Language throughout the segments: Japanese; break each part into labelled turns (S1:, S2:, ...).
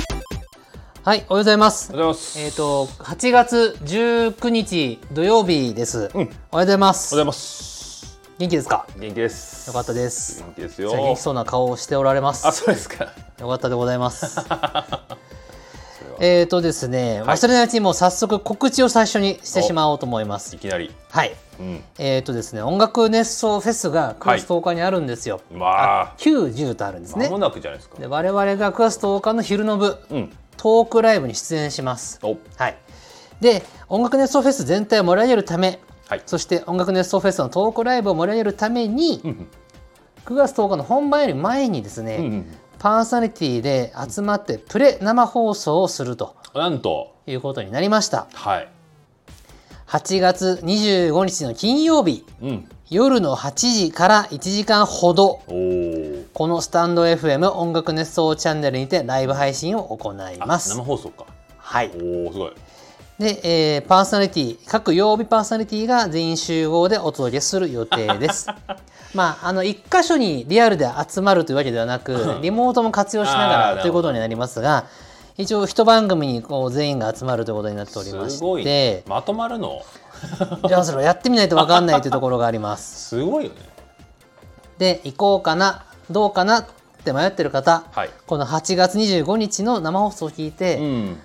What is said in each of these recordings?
S1: はい、おはようございます
S2: お。はようございます。
S1: えっ、と、8月19日土曜日です。おはようございま
S2: お
S1: す。
S2: はようございます。
S1: 元気ですか。
S2: 元気です。
S1: よかったです
S2: 元気です
S1: 最近元
S2: よ
S1: 気。そうな顔をしておられます。
S2: あ、そうですか。
S1: よかったでござい ます。えっとですね、忘れないうちにもう早速告知を最初にしてしまおうと思いま
S2: い
S1: す。
S2: きなり。
S1: はい。
S2: うん。
S1: えっ、とですね、音楽熱奏フェスが9月10日にあるんですよ。
S2: まあ、
S1: 9、10とあるんです
S2: 間
S1: ね
S2: も。なくじゃないですか
S1: で。我々が9月10日の昼の部、
S2: うん。
S1: トークライブに出演します。
S2: お、
S1: はい。で、音楽熱奏フェス全体を盛り上げるため、
S2: はい。
S1: そして音楽熱奏フェスのトークライブを盛り上げるために、
S2: うん
S1: 9月10日の本番より前にですね、
S2: うん。うんうん。
S1: パーソナリティで集まってプレ生放送をすると
S2: なんと、
S1: いうことになりました。
S2: はい。
S1: 8月25日の金曜日、
S2: うん。
S1: 夜の8時から1時間ほど、
S2: おお。
S1: このスタンド FM 音楽熱奏チャンネルにてライブ配信を行い
S2: あ
S1: ます
S2: 生。放送か。
S1: はい。
S2: おお、すごい。
S1: で、えーパーソナリティ各曜日パーソナリティが全員集合でお届けする予定です まああの一箇所にリアルで集まるというわけではなくリモートも活用しな
S2: あ
S1: が
S2: ー
S1: らということになりますが一応一番組にこう全員が集まるということになっておりまし
S2: すごい
S1: て。
S2: ねまとまるの。
S1: じゃあそれをやってみないと分かんないというところがあります
S2: すごいよね。
S1: で行こうかなどうかなって迷ってる方、
S2: はい。
S1: この8月25日の生放送を聞いて、
S2: ん。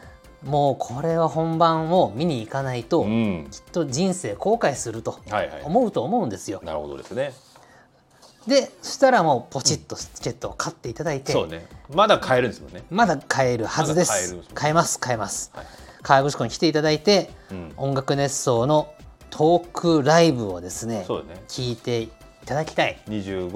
S1: もうこれは本番を見に行かないと、
S2: うん。
S1: きっと人生後悔すると
S2: はいは
S1: 思うと思うんですよ
S2: い。。なるほどですね。
S1: でそしたらもうポチッとチケットを買っていただいて、
S2: そうね。まだ買えるんですもんね。
S1: まだ買えるはずで
S2: まだ買える
S1: す
S2: んです。
S1: 買えます買えます。
S2: はい。
S1: 河口湖に来ていただいて、
S2: うん。
S1: 音楽熱奏のトークライブをですね
S2: そうだね。
S1: 聞いていただきたい。
S2: 25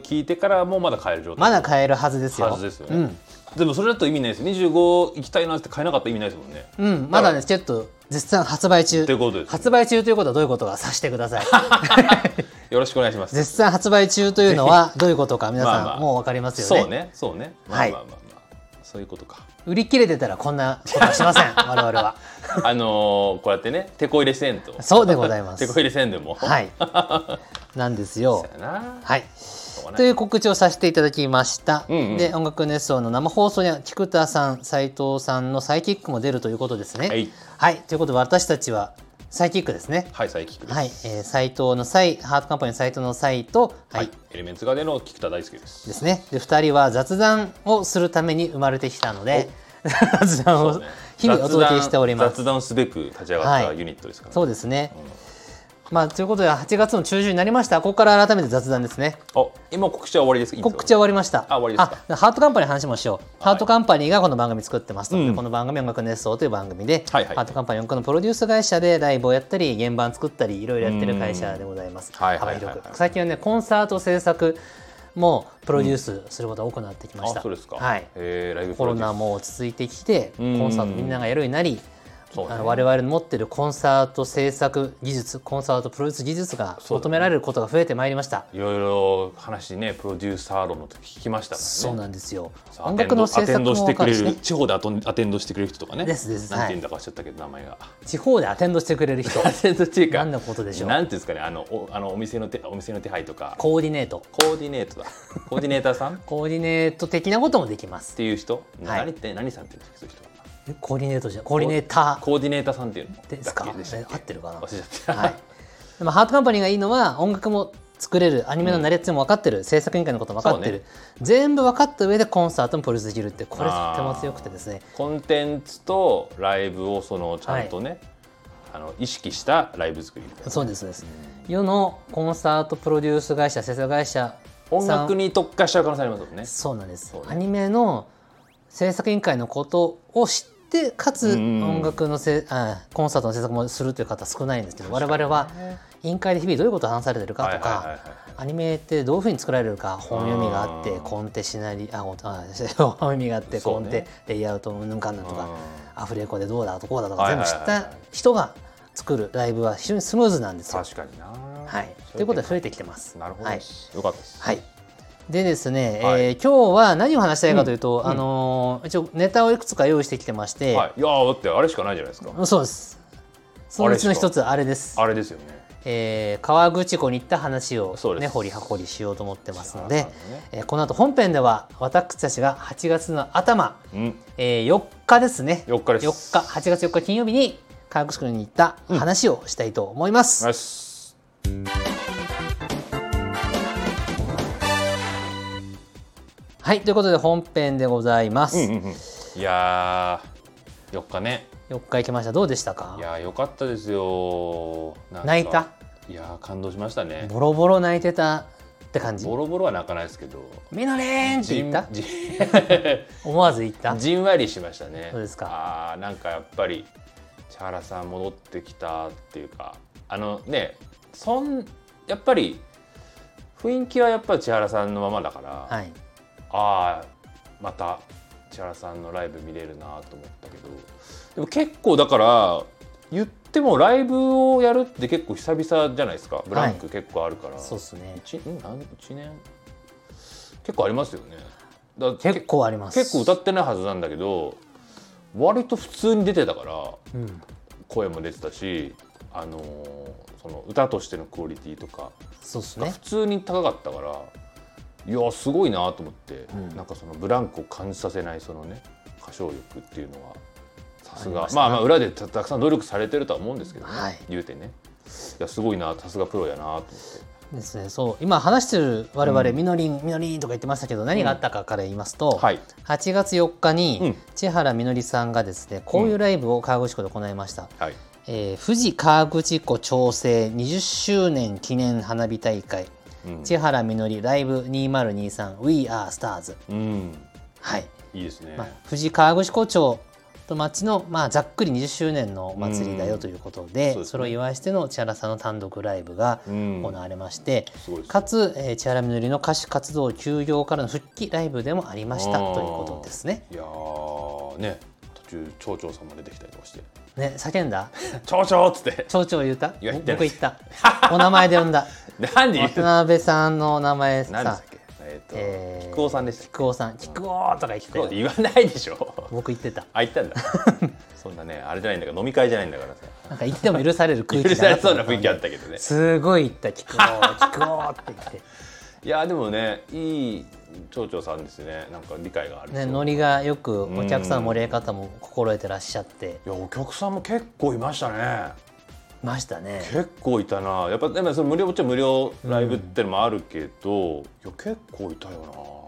S2: 聞いてからもまだ買える状態。
S1: まだ買えるはずですよ。
S2: はずですよね
S1: うん
S2: でもそれだと意味ないですよ25行きたいなって買えなかったら意味ないですもんね
S1: うん、まだねチケット絶賛発売中
S2: ということです
S1: 発売中ということはどういうことかさしてくだ さい
S2: よろしくお願いします
S1: 絶賛発売中というのはどういうことか皆
S2: まあま
S1: さ
S2: あ
S1: んもう分かりますよ
S2: そうねそうねま
S1: は
S2: あ
S1: い
S2: まあまあまあそういうことか
S1: 売り切れてたらこんなことはしません我々は
S2: あのーこうやってね手こ入れせんと
S1: そうでございます
S2: 手こ入れせんでも
S1: はいい なんですよ
S2: だな
S1: はい
S2: しょうが
S1: と
S2: ない
S1: いう告知をさせていただきました、
S2: うんうん
S1: で音楽熱奏の生放送には菊田さん斉藤さんのサイキックも出るということですね
S2: はい、
S1: はいということで私たちはサイキックですね
S2: はい、サイキックです
S1: はい、えー、斉藤のサイハートカンパニーの斉藤のサイとは、
S2: はいい、エレメンツガでの菊田大輔です
S1: ですねで2人は雑談をするために生まれてきたので雑談
S2: そ
S1: を
S2: うね
S1: 日々お届けしております
S2: 雑談雑談すべく立ち上がったユニットですから、ね
S1: そうですね。まあ、ということで8月の中旬になりましたここから改めて雑談ですね
S2: あ今告知は終わりです
S1: 告知は終わりました
S2: あ終わりですか
S1: あハートカンパニーの話もしよう、
S2: はい
S1: ハートカンパニーがこの番組作ってますので、
S2: うん
S1: この番組「音楽熱奏」という番組で、
S2: はいはい
S1: ハートカンパニー音楽のプロデュース会社でライブをやったり現場を作ったりいろいろやってる会社でございます、
S2: うんはいはいはいはい
S1: 幅広く最近はねコンサート制作もプロデュースすることが多くなってきました、
S2: あそうですか
S1: はい、
S2: えー、ライブプ
S1: コ
S2: ロ
S1: ロ
S2: デュー
S1: ナ
S2: ス
S1: も落ち着いてきてコ
S2: うん
S1: ンサートみんながやるようになり、
S2: そうね
S1: あの我々の持ってるコンサート制作技術コンサートプロデュース技術が
S2: そうだね
S1: 求められることが増えてまいりました
S2: いろいろ話ねプロデューサー論の時聞きましたからね
S1: そうなんですよ
S2: そう
S1: 音楽の制
S2: アテ
S1: 作
S2: ンド
S1: も
S2: ア
S1: 分か
S2: テンドしてく
S1: る
S2: れ
S1: し
S2: る、
S1: ね
S2: 地方でアトンアテンドしてくれる人とかね
S1: ですです
S2: なんて言うんだか忘れたけど名前が
S1: 地方でアテンドしてくれる人
S2: アテンドって いうか
S1: 何のことでしょう
S2: なんていうんですかねあのおあのお店の手お店の手配とか
S1: コーディネート
S2: コーディネートだコーディネーターさんっ
S1: コーディネート的なこともできます
S2: ていう人、
S1: はい
S2: 何って何さんって言うんですかそういう人
S1: えコーディネートじゃコーディネータ
S2: コーディネーターさんっていうの
S1: ーですか
S2: だっけでしたっけ
S1: え合ってるかな
S2: 忘れちゃった、
S1: はい、でもハートカンパニーがいいのは音楽も作れるアニメのナレッジも分かってる、制作委員会のことも分かってる、
S2: そ
S1: 全部分かった上でコンサートもプロデュースできるってこれと
S2: あー
S1: ても強くてですね
S2: コンテンツとライブをそのちゃんとね、あの意識したライブ作りみたいな
S1: そうですそうです、世のコンサートプロデュース会社制作会社さん
S2: 音楽に特化しちゃう可能性ありますもんね
S1: そうなんです、
S2: そうね
S1: アニメの制作委員会のことを知ってかつ
S2: うん
S1: 音楽のせ、あコンサートの制作もするという方少ないんですけど我々は委員会で日々どういうことを話されてるかとか、
S2: はいはいはいはい
S1: アニメってどういうふうに作られるか本読みがあって
S2: うん
S1: コンテシナリあごあ本読みがあって
S2: そ
S1: コ
S2: う
S1: ン
S2: ね
S1: テ、レイアウトうんぬんかんぬんとかアフレコでどうだとこうだとか
S2: はい
S1: 全
S2: はい
S1: 部
S2: は
S1: 知
S2: い
S1: った人が作るライブは非常にスムーズなんですよ。
S2: 確かにな
S1: はい、
S2: そ
S1: ということで
S2: 点
S1: 増えてきてます。
S2: なるほど
S1: はい
S2: です、よかったです
S1: はい。でですね、
S2: はい
S1: えー今日は何を話したいかというと、あのー一応ネタをいくつか用意してきてまして、
S2: はい、いやーだってあれしかないじゃないですか
S1: うんそうです。そのうちの一つあれです。
S2: あれですよね
S1: えー河口湖に行った話を
S2: そう、で
S1: ね、
S2: す
S1: 掘り葉掘りしようと思ってますの
S2: そ
S1: で
S2: うなんですね、
S1: えーこの後本編では私たちが8月の頭、
S2: うん、
S1: えー4日ですね
S2: 4日です
S1: 4日8月4日金曜日に河口湖に行った話をしたいと思います。
S2: よし
S1: はいということで本編でございます。
S2: うんうんうんいやー4日ね
S1: 4日行きましたどうでしたか
S2: いやーよかったですよなんか
S1: 泣いた
S2: いやー感動しましたね
S1: ボロボロ泣いてたって感じ
S2: ボロボロは泣かないですけど
S1: みのれんって
S2: じ
S1: 言
S2: ん
S1: った
S2: じん
S1: 思わず言った
S2: じんわりしましたね
S1: そうですか
S2: あーなんかやっぱり千原さん戻ってきたっていうかあのねそんやっぱり雰囲気はやっぱり千原さんのままだから、
S1: はい
S2: ああまた千原さんのライブ見れるなと思ったけどでも結構だから言ってもライブをやるって結構久々じゃないですかブランク結構あるから、
S1: そうですね
S2: 一ん何一年結構ありますよねだ
S1: 結構あります
S2: 結構歌ってないはずなんだけど割と普通に出てたから
S1: うん
S2: 声も出てたし、あのーその歌としてのクオリティとか
S1: そうです
S2: が
S1: ね
S2: 普通に高かったから、いやすごいなと思って、
S1: うん
S2: なんかそのブランクを感じさせないそのね歌唱力っていうのはさす
S1: あり
S2: が
S1: ました
S2: まあまあ裏でたたくさん努力されてるとは思うんですけどね、
S1: はい
S2: 言うてねいやすごいなさすがプロやなと思って
S1: ですねそう今話してる我々、
S2: うん
S1: みのりんみのりんとか言ってましたけど何があったかから言いますと、
S2: はい
S1: 8月4日に、
S2: うん
S1: 千原みのりさんがですねこういうライブを河口湖で行いました、
S2: はい
S1: えー富士河口湖調整20周年記念花火大会
S2: うん
S1: 千原みのりライブ 2023We Are Stars
S2: うん
S1: はい
S2: いいですね、
S1: まあ、富士河口湖町と町の、まあ、ざっくり20周年のお祭りだよということで,、
S2: うんそうですね
S1: それを祝いしての千原さんの単独ライブが
S2: うん
S1: 行われまして、
S2: すごいですね
S1: かつ、えー千原みのりの歌手活動休業からの復帰ライブでもありましたと
S2: あ
S1: いう
S2: ー
S1: ことですね。
S2: いやーね途中町長さんも出てきたりとかして
S1: ね叫んだ
S2: 「町長!」っつって
S1: 町長言った
S2: いや言ってない
S1: 僕言ったお名前で呼んだ
S2: 「何 言ってんの
S1: 渡辺さんのお名前
S2: 何でし
S1: さ
S2: たっけえっ、と、
S1: えー
S2: 菊尾さんでしたっ
S1: 菊尾さん菊尾とか言ってた
S2: け菊尾
S1: よ
S2: って言わないでしょ
S1: 僕言ってた
S2: あ言ったんだそんなねあれじゃないんだから飲み会じゃないんだからさ
S1: なんか言っても許される空
S2: 許
S1: 気
S2: さ
S1: だな
S2: れ
S1: と
S2: そう
S1: 思
S2: な
S1: った
S2: 雰
S1: んで
S2: 囲気あったけどね
S1: すごい言った菊尾菊尾って言 って。
S2: いやーでもねいい町長さんですねなんか理解がある
S1: ね、
S2: 人
S1: ノリがよくお客さんの盛り上げ方も心得てらっしゃって
S2: いやお客さんも結構いましたね
S1: ましたね。
S2: 結構いたなやっぱでもその無料もちろん無料ライブってのもあるけど、いや結構いたよ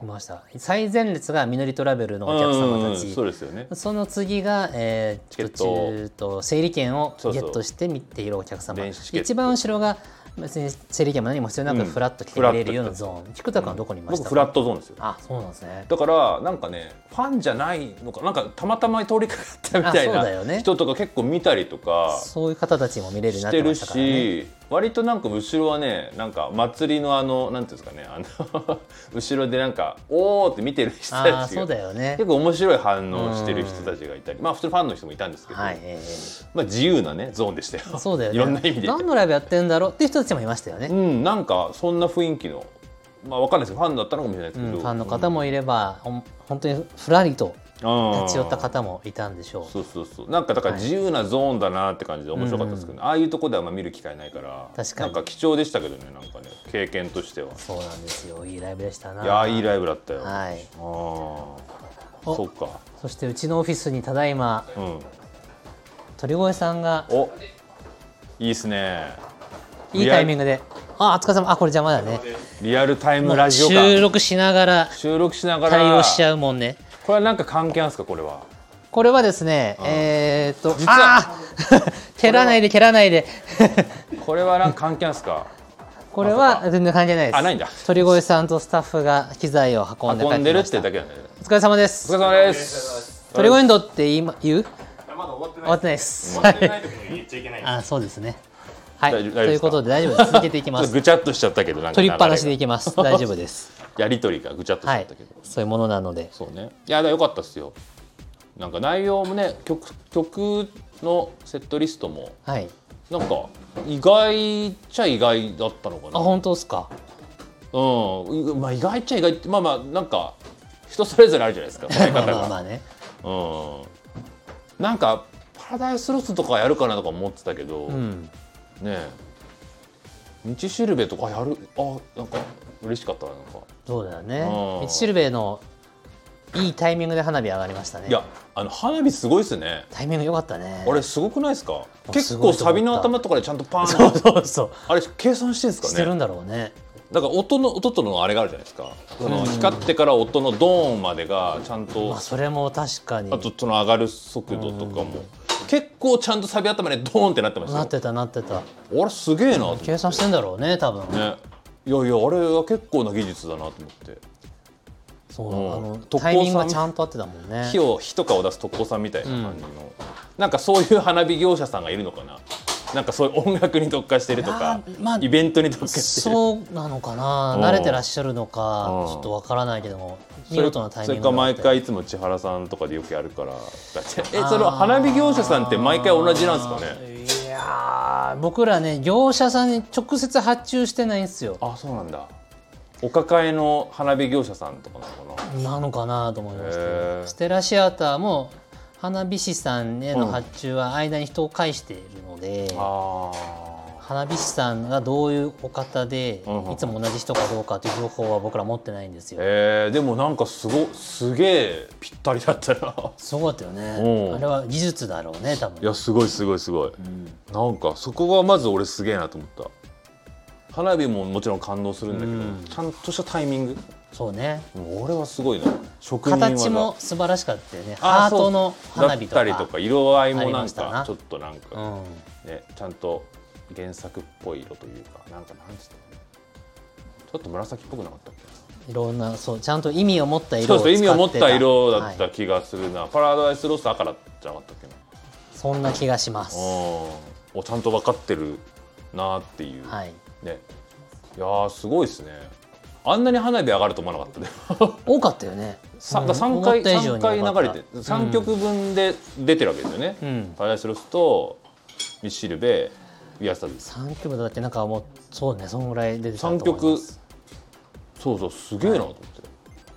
S1: い
S2: な
S1: ました。最前列がみのりトラベルのお客様た
S2: うんうんうん
S1: ち。
S2: そうですよね
S1: その次が、えー、
S2: チケット
S1: 途中と整理券を
S2: そう
S1: ゲ
S2: そう
S1: ットして見ているお客様
S2: 電子チケット
S1: 一番後ろが別に整理券も何も必要なく
S2: うん
S1: フラッと来てくれるようなゾーン、菊田君はどこにいました
S2: 僕フラットゾーンですよ
S1: あそうなんですね
S2: だからなんかねファンじゃないのかなんかたまたま通りかかったみたい
S1: あそうだよ
S2: な
S1: ね
S2: 人とか結構見たりとか
S1: そういう方たちも見れるようになって
S2: して
S1: ま
S2: る
S1: したからね
S2: し割となんか後ろはねなんか祭りのあのなんていうんですかねあの 後ろでなんかおーって見てる人
S1: あ
S2: た
S1: あ
S2: ち
S1: そうだ
S2: が
S1: よね
S2: 結構面白い反応してる人たちがいたりまあ普通のファンの人もいたんですけど
S1: はい、
S2: ま
S1: えー
S2: あ自由なねゾーンでしたよ
S1: そうだよね
S2: いろんな意味で
S1: 何のライブやってんだろうっていう人たちもいましたよね
S2: うんなんかそんな雰囲気のまあわかんないですけどファンだったのかもしれないで
S1: う
S2: すけ
S1: ん、
S2: ど
S1: ファンの方もいれば、ほん本当にふらりと
S2: うん
S1: 立ち寄った方もいたんでしょう、
S2: そうそうそうなんかだから
S1: はい
S2: 自由なゾーンだなって感じで面白かったですけど、ああいうとこではあんま見る機会ないから
S1: 確かに
S2: なんか貴重でしたけどねなんかね経験としては
S1: そうなんですよいいライブでしたない
S2: やーいいライブだったよ、あ
S1: はい、
S2: あー
S1: お
S2: そっか
S1: そしてうちのオフィスにただいま
S2: うん
S1: 鳥越さんが
S2: おいいっすね
S1: いいタイミングであお疲れ様あこれ邪魔だね
S2: リアルタイムラジオ
S1: 収
S2: か
S1: 録しながら
S2: 収録しながら
S1: 対応しちゃうもんね
S2: これはなんか関係あるんですかこれは
S1: これはですねえー、っと
S2: 実
S1: あ
S2: は
S1: ー 蹴らないで蹴らないで
S2: これは なんか関係あるんですか
S1: これは全然関係ないです
S2: あないんだ
S1: 鳥越さんとスタッフが機材を運んで帰
S2: 運んでるって
S1: きました
S2: だけなんで
S1: お疲れ様です
S2: お疲れ様です
S1: トリゴエンドって今言う
S3: まだ終わって
S1: 終わってないです。
S3: ない。終わってないとこに言っちゃいけない。
S1: あ、そうですね。はい。
S2: 大丈夫
S1: ということで大丈夫です。続けていき
S2: ちょ
S1: ま
S2: っと
S1: す。
S2: ぐちゃっとしちゃったけどなんか
S1: 取り
S2: 流れが
S1: っぱなしでいき ます。大丈夫です。
S2: やりとりがぐちゃっとしち
S1: は
S2: ゃっ
S1: い
S2: たけど、。
S1: そういうものなので。
S2: そうねいやだから良かったっすよなんか内容もね曲曲のセットリストも
S1: はい。
S2: なんか意外っちゃ意外だったのか
S1: あ、
S2: な
S1: 本当ですか。
S2: うんいまあ意外っちゃ意外ってまあまあなんか人それぞれあるじゃないですか捉え
S1: まあ
S2: 方
S1: まあま
S2: が
S1: あね。
S2: うんなんかパラダイスロスとかやるかなとか思ってたけど、
S1: うん。
S2: ね道しるべとかやるあなんか嬉しかったななんか
S1: そうだよね
S2: うん
S1: 道しるべのいいタイミングで花火上がりましたね
S2: いやあの花火すごいですね
S1: タイミング良かったね
S2: あれすごくないですか
S1: あす
S2: 結
S1: ごいと思
S2: 構
S1: った
S2: サビの頭とかでちゃんとパーン
S1: そうそうそ
S2: あれ計算してんです
S1: う
S2: か
S1: して
S2: ね
S1: るんだろうね
S2: だから音の音とのあれがあるじゃないですかその光ってから音のドーンまでがちゃんと
S1: まあそれも確かに
S2: あとその上がる速度とかも結構ちゃんとサビ頭でドーンってなってまし
S1: なったてたなってた
S2: よあれすげえなと思ってね
S1: 計算してんだろうね多分
S2: いやいやあれは結構な技術だなと思って
S1: そう
S2: うん
S1: あの
S2: 特攻さん
S1: タイミングがちゃんと合ってたもんね
S2: 火を火とかを出す特攻さんみたいな感じの、なんかそういう花火業者さんがいるのかななんかそういう音楽に特化してるとか
S1: いやー、まあ
S2: イベントに特化してる
S1: そうなのかな
S2: うん
S1: 慣れてらっしゃるのか
S2: うん
S1: ちょっとわからないけども
S2: そ
S1: 見
S2: れ
S1: 事なタイミング
S2: それか
S1: だっ
S2: 毎
S1: た
S2: 回いつも千原さんとかでよくやるからだって え
S1: あー
S2: その花火業者さんって毎回同じなんですかね
S1: いやー僕らね業者さんに直接発注してないんですよ
S2: あそうなんだお抱えの花火業者さんとかなのかな
S1: なのかなと思いまし
S2: へ
S1: た
S2: ー
S1: ステラシアターも花火師さんへの発注は間に人を介しているので、
S2: あ
S1: 花火師さんがどういうお方で、
S2: うんうん
S1: いつも同じ人かどうかという情報は僕ら持ってないんですよ。
S2: えー、でもなんかすごすげえぴったりだったな
S1: すごかったよね
S2: うん
S1: あれは技術だろうね多分
S2: いやすごいすごいすごい
S1: うん
S2: なんかそこがまず俺すげえなと思った花火ももちろん感動するんだけど、
S1: うん
S2: ちゃんとしたタイミング
S1: そうね
S2: もう俺はすごいな職人技
S1: 形も素晴らしかったよねハー
S2: あ
S1: トの花火とか
S2: だったりとか色合いも
S1: あり
S2: な
S1: ま
S2: ん
S1: した
S2: か
S1: な
S2: ちょっとなん
S1: う
S2: か、
S1: ん、
S2: ねちゃんと原作っぽい色というかなんかなんつったのちょっと紫っぽくなかったっけ
S1: いろんなそうちゃんと意味を持った
S2: そ
S1: 色
S2: う
S1: を使
S2: そ
S1: っ
S2: う
S1: て
S2: 意味を持った色だっ
S1: は
S2: た
S1: い
S2: 気がするな、パラダイスロス赤だったじゃなかったっけな
S1: そんな気がします
S2: うんおちゃんと分かってるなっていう、
S1: はい
S2: ねいやーすごいですねあんなに花火上がると思わなかったね
S1: 多かったよね
S2: さ
S1: うん
S2: だから3
S1: 思
S2: 回
S1: った以上
S2: 三
S1: に
S2: 回
S1: 多かった
S2: 流れて3曲分で出てるわけですよね、
S1: うん
S2: パラダイスロスとミッシルベウィアスターズ
S1: 三曲だってなんかもうそうねそんぐらい出てたと思い
S2: 3
S1: ます
S2: 曲そうそうすげえなと思って、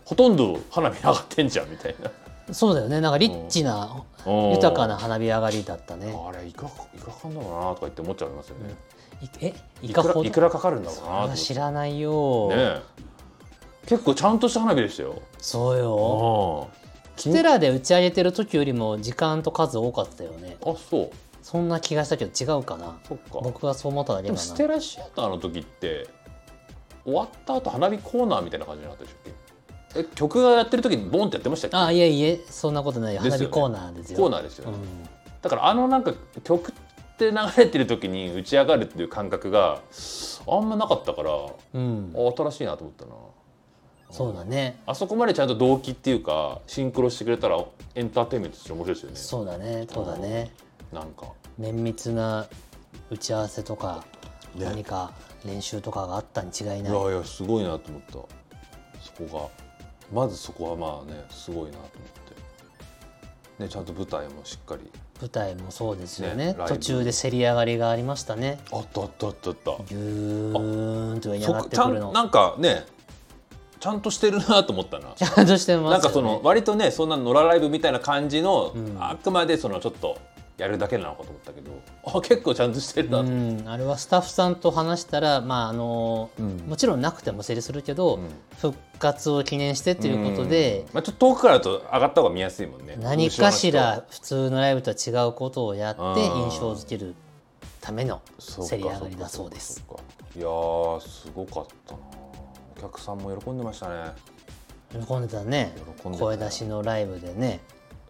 S2: ほとんど花火上がってんじゃんみたいな
S1: そうだよねなんかリッチな
S2: うん
S1: 豊かな花火上がりだったね
S2: あれいくらいくらかかんだろうなとか言って思っちゃいますよね、
S1: いえい
S2: い
S1: かほ
S2: くら
S1: ど
S2: いくらかかるんだろうなと思っ
S1: あ
S2: て
S1: 知らないよ、
S2: ねえ結構ちゃんとした花火でしたよ
S1: そうよ
S2: あ
S1: ステラで打ち上げてる時よりも時間と数多かったよね
S2: あそう
S1: そんな気がしたけど違うかな
S2: そっか
S1: 僕はそう思っただけ
S2: で
S1: か
S2: も
S1: な
S2: ステラシアターの時って終わった後花火コーナーみたいな感じじゃなかったでしょえ曲がやってる時にボンってやってましたっけ
S1: あいえいえそんなことないよ
S2: です
S1: 花
S2: よ
S1: 火
S2: ね
S1: コーナーですよ
S2: コーナーですよ
S1: う
S2: ね、
S1: ん
S2: だからあのなんか曲って流れてる時に打ち上がるっていう感覚があんまなかったからあ
S1: うん、
S2: 新しいなと思ったな
S1: そうだね
S2: あそこまでちゃんと動機っていうかシンクロしてくれたらエンターテインメントとして面白いですよね
S1: そうだねそうだね
S2: なんか
S1: 綿密な打ち合わせとか
S2: ね
S1: 何か練習とかがあったに違い
S2: い
S1: ない、
S2: やいやすごいなと思ったそこがまずそこはまあねすごいなと思って、ね、ちゃんと舞台もしっかり
S1: 舞台もそうですよね
S2: ねライブ
S1: 途中でせり上がりがありましたね
S2: あったあったあったあった
S1: ギューンと上に上
S2: そ
S1: が
S2: こ
S1: って
S2: ちゃ
S1: くる
S2: ん
S1: の
S2: なんかねちゃんとしてるなと思ったな
S1: ちゃんとしてますよ、ね、
S2: なんかその割とねそんな野良ライブみたいな感じの、
S1: ん
S2: あくまでそのちょっとやるだけなのかと思ったけどあ結構ちゃんとしてるなと、
S1: うん、あれはスタッフさんと話したら、まああの
S2: うん
S1: もちろんなくても整理するけど、
S2: ん
S1: 復活を記念してということで
S2: うん、まあ、ちょっと遠くからだと上がった方が見やすいもんね
S1: 何かし
S2: 後ろの
S1: ら普通のライブとは違うことをやって
S2: うん
S1: 印象づけるための
S2: そうか
S1: せり上がりだそうです。
S2: そっかそっかいやーすごかったなお客さんも喜んでましたね
S1: 喜んでたね
S2: 喜んでた
S1: 声出しのライブでね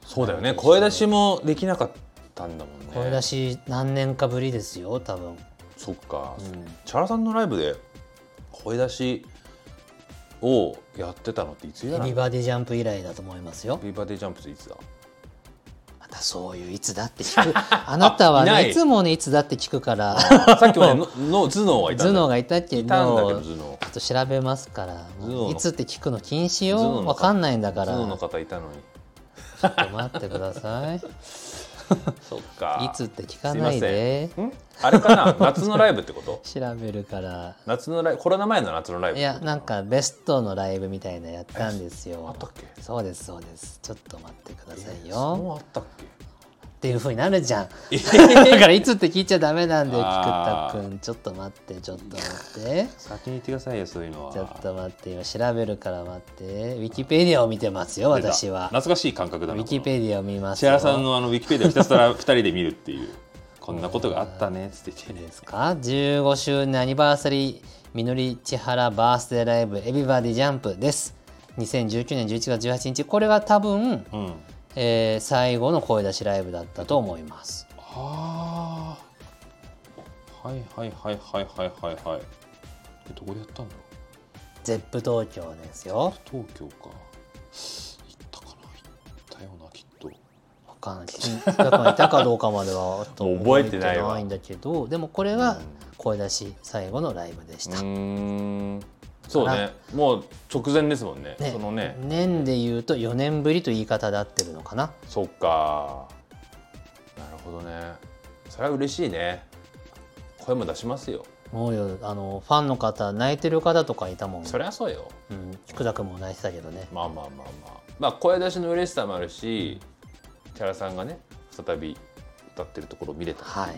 S2: そうだよね声出しもできなかったんだもんね
S1: 声出し何年かぶりですよ多分
S2: そっか、
S1: ん
S2: チャラさんのライブで声出しをやってたのっていつ以
S1: 「
S2: 来
S1: ヘ
S2: なの
S1: ビバディジャンプ」以来だと思いますよ
S2: ビーバーディジャンプっていつだ
S1: またそういう「いつだ?」って聞く あなたは、
S2: いな
S1: ね、
S2: い
S1: いつもね「いつだ?」って聞く から
S2: さっきまで のの頭脳はいた
S1: 頭
S2: んだ
S1: 脳がいたけ
S2: いたんだけ
S1: ど
S2: ど頭脳
S1: ちょっと調べますから
S2: 頭脳の
S1: いつって聞くの禁止
S2: 頭脳
S1: よ
S2: の
S1: わかんないんだから
S2: 頭脳
S1: ち
S2: の
S1: ょ
S2: 方いたのに
S1: っと待ってくださ いい
S2: そっか
S1: つって聞かないです
S2: いませんんあれかな夏のライブってこと
S1: 調べるから
S2: 夏のライブコロナ前の夏のライブ
S1: いやなんかベストのライブみたいなやったんです
S2: あ
S1: よ
S2: ったっけ
S1: そうですそうですちょっと待ってください
S2: えーそ
S1: よ
S2: うあったっけ
S1: っていうふうになるじ ゃん
S2: え
S1: だからいつって聞いちゃダメなんで菊田
S2: あー
S1: くんちょっと待ってちょっと待って
S2: 先に言ってくださいよそういうのは
S1: ちょっと待って今調べるから待ってウィキペディアを見てますよ
S2: 出た
S1: 私は
S2: 懐かしい感覚
S1: ウ
S2: だな
S1: ィキペディアを見ます
S2: 千
S1: よ
S2: 原さんのあのウィキペディアをひたすら二人で見るっ ていうこんなことがあったねっつって言って
S1: ですか15周年アニバーサリーみのり千原バースデーライブエビバディジャンプです2019年11月18日これが多分、
S2: うんあ
S1: えー最後の声出しライブだったと思います
S2: あーはいはいはいはいはいはいはいえどこでやったんだろう
S1: ゼップ東京ですよ
S2: 東京か行ったかな行ったよなきっと
S1: わかんない金額がいたかどうかまではちょっと
S2: 覚えてないわ
S1: 覚えてんだけどでもこれが声出し最後のライブでし
S2: う
S1: た、
S2: ーんそうねもう直前ですもんね
S1: ね
S2: そのね
S1: 年で言うと4年ぶりと言い方で合ってるのかな
S2: そっかなるほどねそれは嬉しいね声も出しますよ
S1: もうよあのファンの方泣いてる方とかいたもん
S2: そりゃそうよ
S1: うん、菊田君も泣いてたけどね
S2: まあまあまあまあまあ声出しの嬉しさもあるしチャラさんがね再び歌ってるところを見れたっていう
S1: はい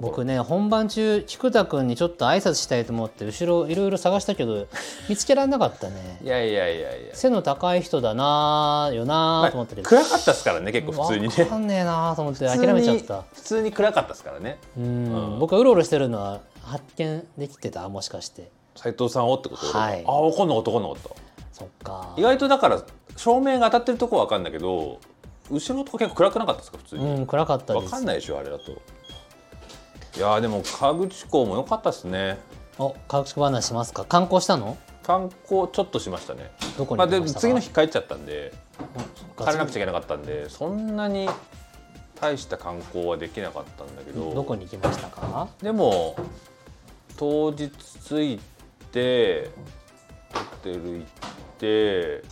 S1: 僕ね本番中菊田君にちょっと挨拶したいと思って後ろいろいろ探したけ ど見つけられなかったね
S2: いやいやいやいや、
S1: 背の高い人だなーよなーと思ったけど、
S2: 暗かったっすからね結構普通にね
S1: わかんねえなーと思って諦めちゃった
S2: 普通に暗かったっすからね
S1: うん、
S2: うん
S1: 僕はうろうろしてるのは発見できてたもしかして
S2: 斉藤さんをってこと、
S1: はい
S2: ああ分かんなかった分かんなかっ
S1: そっか
S2: た意外とだから照明が当たってるとこは分かんないけど後ろのとこ結構暗くなかったっすか普通に、
S1: うん暗かったで
S2: 分
S1: す
S2: かんないでしょあれだといやーでも河口湖も良かったっすね
S1: お科学話しますか観光したの
S2: 観光ちょっとしましたね
S1: どこに
S2: ま
S1: 行き
S2: あ、で
S1: ましたか、
S2: 次の日帰っちゃったんで
S1: あ
S2: 帰らなくちゃいけなかったんでそんなに大した観光はできなかったんだけど
S1: どこに行きましたか
S2: でも当日着いてホテル行って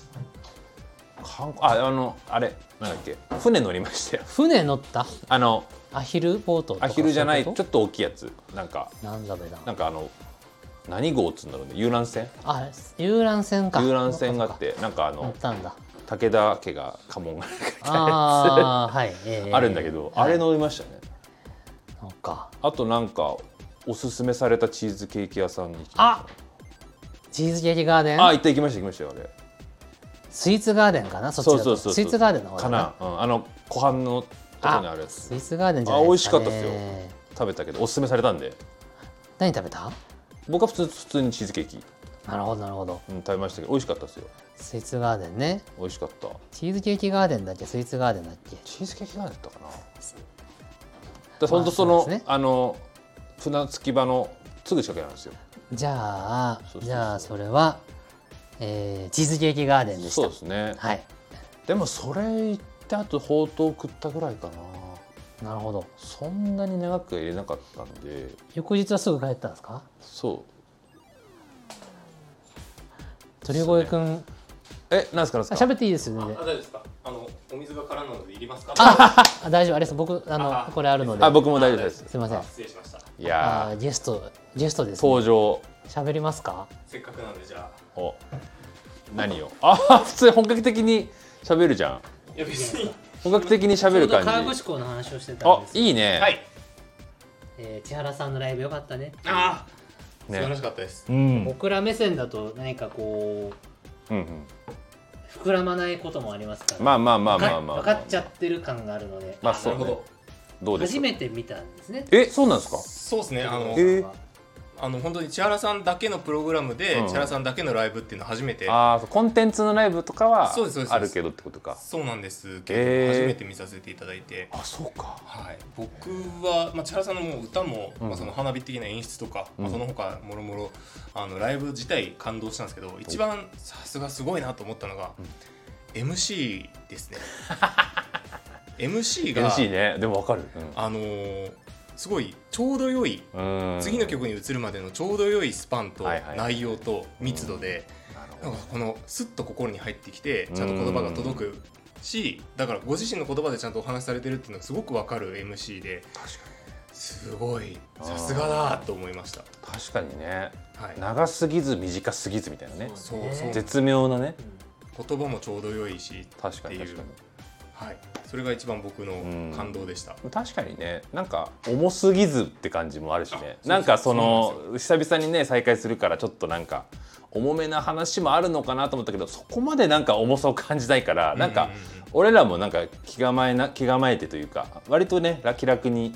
S2: 観光ああのあれなんだっけ船乗りましたよ
S1: 船乗った
S2: あの
S1: アヒルボートとか
S2: アヒルじゃないち
S1: そう
S2: ょっ
S1: うこと
S2: 大きいやつなんか
S1: なんだべだ
S2: なんかあの何号っつうんだろうね遊覧船
S1: あ遊覧船か
S2: 遊覧船があっ
S1: そ
S2: てなんかあ
S1: か乗っ
S2: の
S1: たんだ
S2: 武田家が家紋が書いて
S1: ああはい、ええ
S2: あるんだけど、あれ乗りましたね
S1: なんか
S2: あとなんかおすすめされたチーズケーキ屋さんに行きま
S1: あチーズケーキガーデ
S2: したあ
S1: ン
S2: 行った行きました行きましたよあれ
S1: スイーツガーデンかなそっちだと
S2: そうそうそうそう
S1: スイーツガーデンの方だ
S2: かな、うん、あの湖畔のとこにあるや
S1: ス
S2: つ
S1: イーツガーデンじゃないですか、ね、
S2: あ美味しかったっ食べたけどおすすめされたんで
S1: 何食べた
S2: 僕は普通普通にチーズケーキ、
S1: なるほどなるほど
S2: うん、食べましたけど美味しかったですよ
S1: スイーツガーデンね
S2: 美味しかった
S1: チーズケーキガーデンだっけスイーツガーデンだっけ
S2: チーズケーキなんだったかなで本当その、
S1: そうですね
S2: あの船着き場のすぐ近くなんですよ
S1: じゃあ
S2: そうそうそう
S1: じゃあそれは、えー、チーズケーキガーデンでした
S2: そうですね、
S1: はい
S2: でもそれ行ってあとほうとう食ったぐらいかな
S1: なるほど
S2: そんなに長くは入れなかったんで
S1: 翌日はすぐ帰ったんですか
S2: そう
S1: 鳥越くん
S2: え、なんですか、なん
S1: あ
S2: ですか。
S1: 喋っていいですよ全然
S3: あ、大丈夫ですか。あの、お水が空なので、いりますか。
S1: あ大丈夫あれです僕あの
S3: あ
S1: これあるので
S2: あ、僕も大丈夫です。
S1: すいません
S3: 失礼しました。
S2: い
S1: あ
S2: や
S1: ーゲストゲストで
S2: ー、
S1: す、ね
S2: 登、場
S1: 喋りますか
S3: せっかくなんで、じゃ
S2: を。何を。あ、 普通に本格的に喋るじゃん。
S3: あ。いや、別に。
S2: 本格的に喋る
S1: ちょうど河
S2: 感
S1: 口
S2: じ。
S1: 湖の話をしてたん
S2: あ
S1: で、す
S2: いいね。
S3: はい。
S1: えー千原さんのライブよかったね
S3: ああ。素晴ら
S2: ね。
S3: しかったです。
S2: うん。
S1: 僕ら目線だと何かこう
S2: うんうん。
S1: 膨らまないこともありますから、
S2: まあまあまあ
S1: 分か
S2: まあまあ。
S1: 分かっちゃってる感があるので、
S2: まあ、
S3: あな
S2: そ
S3: る
S2: う
S3: ほ
S2: ね
S3: ど。。
S2: どうです
S1: 初
S2: か。
S1: めて見たんですね
S2: え、そうなんですか。
S3: そうですね。あの
S2: え。ー
S3: あの、本当に千原さんだけのプログラムで
S2: う、ん
S3: 千原さんだけのライブっていうのは初めて。
S2: ああ、そうコンテンツのライブとかは
S3: そうですそうです
S2: あるけどってことか。
S3: そうなんですけど、
S2: えー
S3: 初めて見させていただいて、
S2: あ、そうか。
S3: はい、僕は、まあ、千原さんのもう歌も、
S2: うん
S3: まあ、その花火的な演出とか、
S2: うん
S3: まあ、その他もろもろあのライブ自体感動したんですけど一番さすがすごいなと思ったのが、MC で すね MC が
S2: MC ね、でもわかる。
S3: あのーすごいちょうど良い
S2: うんうん
S3: 次の。曲に移るまでのちょうど良いスパンと
S2: はいはい
S3: 内容と密度で
S2: なるほど
S3: なんかこのスッと心に入ってきてちゃんと言葉が届くしだからご自身の言葉でちゃんとお話しされてるっていうのがすごくわかる MC で
S2: 確か
S3: すごいさすがだと思いました。
S2: に。確かにね。
S3: はい、
S2: 長すぎず短すぎずみたいなね
S1: そう
S3: そうそう
S1: ね
S2: 絶妙なね
S3: 言葉もちょうど良いし
S2: 確かに
S3: ってい
S2: 確
S3: う
S2: かに
S3: はい、それが一番僕の感動でした。
S2: 確かにねなんか重すぎずって感じもあるし
S3: あそう
S2: ね
S3: そう
S2: なんかそ
S3: そう
S2: の久々にね再会するからちょっとなんか重めな話もあるのかなと思ったけどそこまでなんか重さを感じないからなん
S3: う
S2: か
S3: んうんうん
S2: 俺らもなんか気構えな気構えてというか割とね気楽に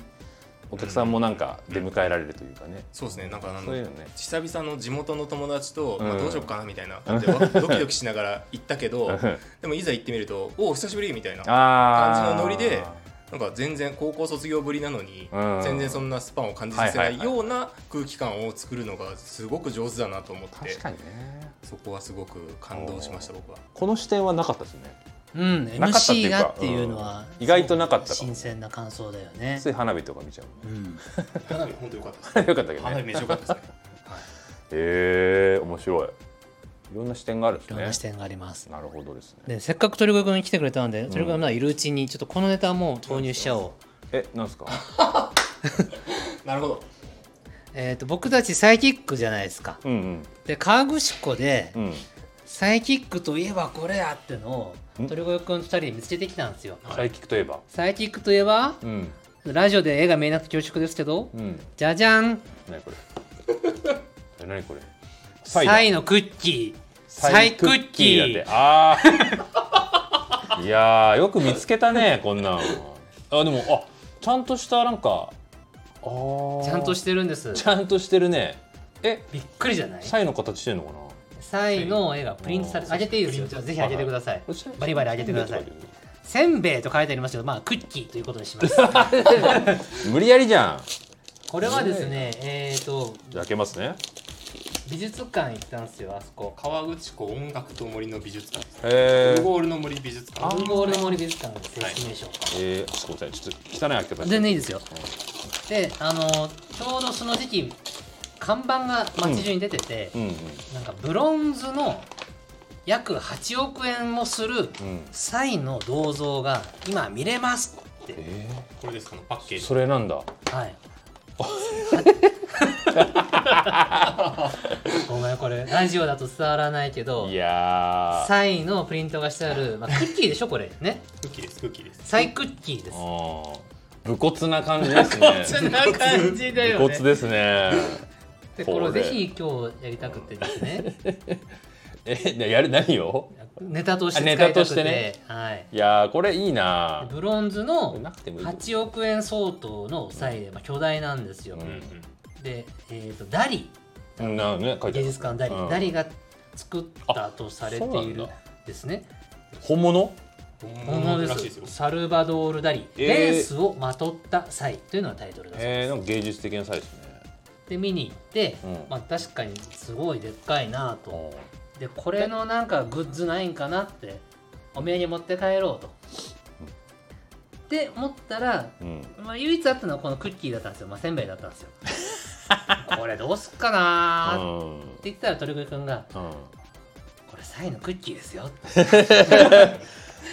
S2: お客さんもなんか出迎えられるというかね
S3: そうですね、なんかあの
S2: そういうのね
S3: 久々の地元の友達と、
S2: うん
S3: まあ、どうしようかなみたいな感じで、 わドキドキしながら行ったけど
S2: うん
S3: でもいざ行ってみると「おお久しぶり」みたいな
S2: あー
S3: 感じのノリでなんか全然高校卒業ぶりなのに、
S2: うん
S3: 全然そんなスパンを感じさせな
S2: はい
S3: い
S2: はいはい
S3: ような空気感を作るのがすごく上手だなと思って
S2: 確かにね
S3: そこはすごく感動しました僕は。
S2: この視点はなかったですね
S1: うん、
S2: なかったってい
S1: MC
S2: うか
S1: がっていうのは、
S2: うん意外となかったかも
S1: 新鮮な感想だよね
S2: つ。い花火とか見ちゃう
S1: うん、
S3: 花火本当良かったです
S2: もん よかったけど
S3: 花火
S2: ね
S3: めっちゃ良かったですね。はい
S2: へえ面白いいろんな視点があるんで
S1: い
S2: す
S1: ろんな
S2: ね
S1: 視点があります。
S2: なるほどですね。
S1: でせっかく鳥越君に来てくれたので鳥越君がいるうちにちょっとこのネタもう投入しちゃおう、
S2: え、なん ですか。
S3: なるほど。
S1: えー、と僕たちサイキックじゃないですか
S2: うん
S1: で河口湖で
S2: うんうん。
S1: サイキックといえばこれやってのを
S2: ん
S1: 鳥越君2人で見つけてきたんですよ
S2: サイキックといえば。
S1: サイキックといえば
S2: うん
S1: ラジオで絵が見えなくて恐縮ですけど
S2: うん。
S1: じゃじゃん
S2: なにこれ。 え、なにこれ。
S1: サ
S2: サ
S1: イ
S2: イだ
S1: のクッキーサイクッキ
S2: サイだ
S1: ー
S2: って。ああ。いやー、 よく見つけたね、こんなん。あ、でも、あ、ちゃんとしたなんか。あー
S1: ちゃんとしてるんです
S2: ちゃんとしてるね。え、
S1: びっくりじゃない
S2: サイの形してんのかな。
S1: サイの絵がプリントされて
S2: うん
S1: あげていいですよじゃあぜひあげてください
S2: これサイ
S1: バリバリあげてください
S2: サイの形
S1: せんべいと書いてありますけどまあクッキーということにします
S2: 無理やりじゃん。
S1: これはですねえっと
S2: じゃあ開けますね。
S1: 美術館行ったんですよあそこ
S3: 川口湖音楽と森の美術館。
S2: え
S3: ウ
S2: ー、
S3: ルゴールの森美術
S1: アン
S3: 館。
S1: ゴール森美術館の説明書、
S2: えー、すみません、ちょっと汚い開け方。
S1: 全然いいですよであのちょうどその時期看板が街中に出てて、
S2: うんうん
S1: なんかブロンズの約8億円もする
S2: うん。
S1: サイの銅像が今見れますって、
S2: え
S3: これですかのパッケー
S2: ー、
S3: ジ。
S2: それなんだ。
S1: はいごめんこれラジオだと伝わらないけど
S2: いやー。
S1: サイのプリントがしてある、まあ、クッキーでしょこれね
S3: クッキーですクッキーです。
S1: サイクッキーです
S2: あー武骨な感じですね。
S1: そんな感じだ
S2: 武骨ですね。
S1: でこれを
S2: これ
S1: ぜひ今日やりたくてですね、
S2: え、なやる何を？
S1: ネタとして使い
S2: あ
S1: た
S2: ネ
S1: く
S2: タ
S1: て
S2: としてね
S1: はい、
S2: いやーこれいいな
S1: ブロンズ
S2: こ
S1: の
S2: れなくてもいいけど
S1: 8億円相当の債で、まあ、巨大なんですよ、
S2: う
S3: うんうんん。
S1: で、えー、とダリ
S2: ー。うんなね書いて
S1: 芸
S2: ある
S1: 術館ダリ、
S2: うん
S1: ダリが作ったとされて
S2: あそう
S1: い
S2: な
S1: る
S2: んだ
S1: ですね
S2: 本物？
S1: 本
S3: 本
S1: 物
S3: 物
S1: で
S3: ら
S1: す
S3: しいですよ。
S1: サルバドール・ダリ「
S2: えー
S1: レースをまとった際」というのがタイトルだそうで
S2: えー、
S1: す、
S2: なんか芸術的なサイズね。
S1: で見に行って、
S2: うん
S1: まあ、確かにすごいでっかいな
S2: あ
S1: と
S2: ー
S1: でこれのなんかグッズないんかなってお土産持って帰ろうと。って思ったら、
S2: うん。
S1: まあ、唯一あったのはこのクッキーだったんですよ、まあ、せんべいだったんですよこれどうすっかなーって
S2: うん。
S1: 言ったら鳥越くんが
S2: うん。
S1: 「これサイのクッキーですよ」って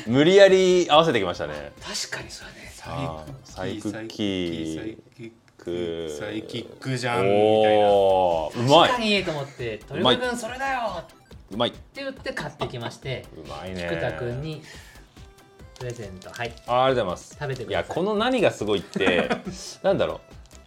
S2: 無理やり合わせてきましたね。
S1: 確かにそうだね
S2: あーサイクッキ
S3: サイ
S2: ー。
S3: クッキーサイキックじゃんみたいな。
S2: おおー、うま
S1: 確か
S2: い。
S1: にいいと思って「鳥
S2: うま
S1: 越
S2: い
S1: くんそれだよ!」って
S2: うまい。
S1: 言って買ってきまして
S2: うまいね。
S1: 菊田くんにプレゼントはい
S2: あーありがとうございます。
S1: 食べてく
S2: い
S1: ださい
S2: やこの何がすごいって なんだろう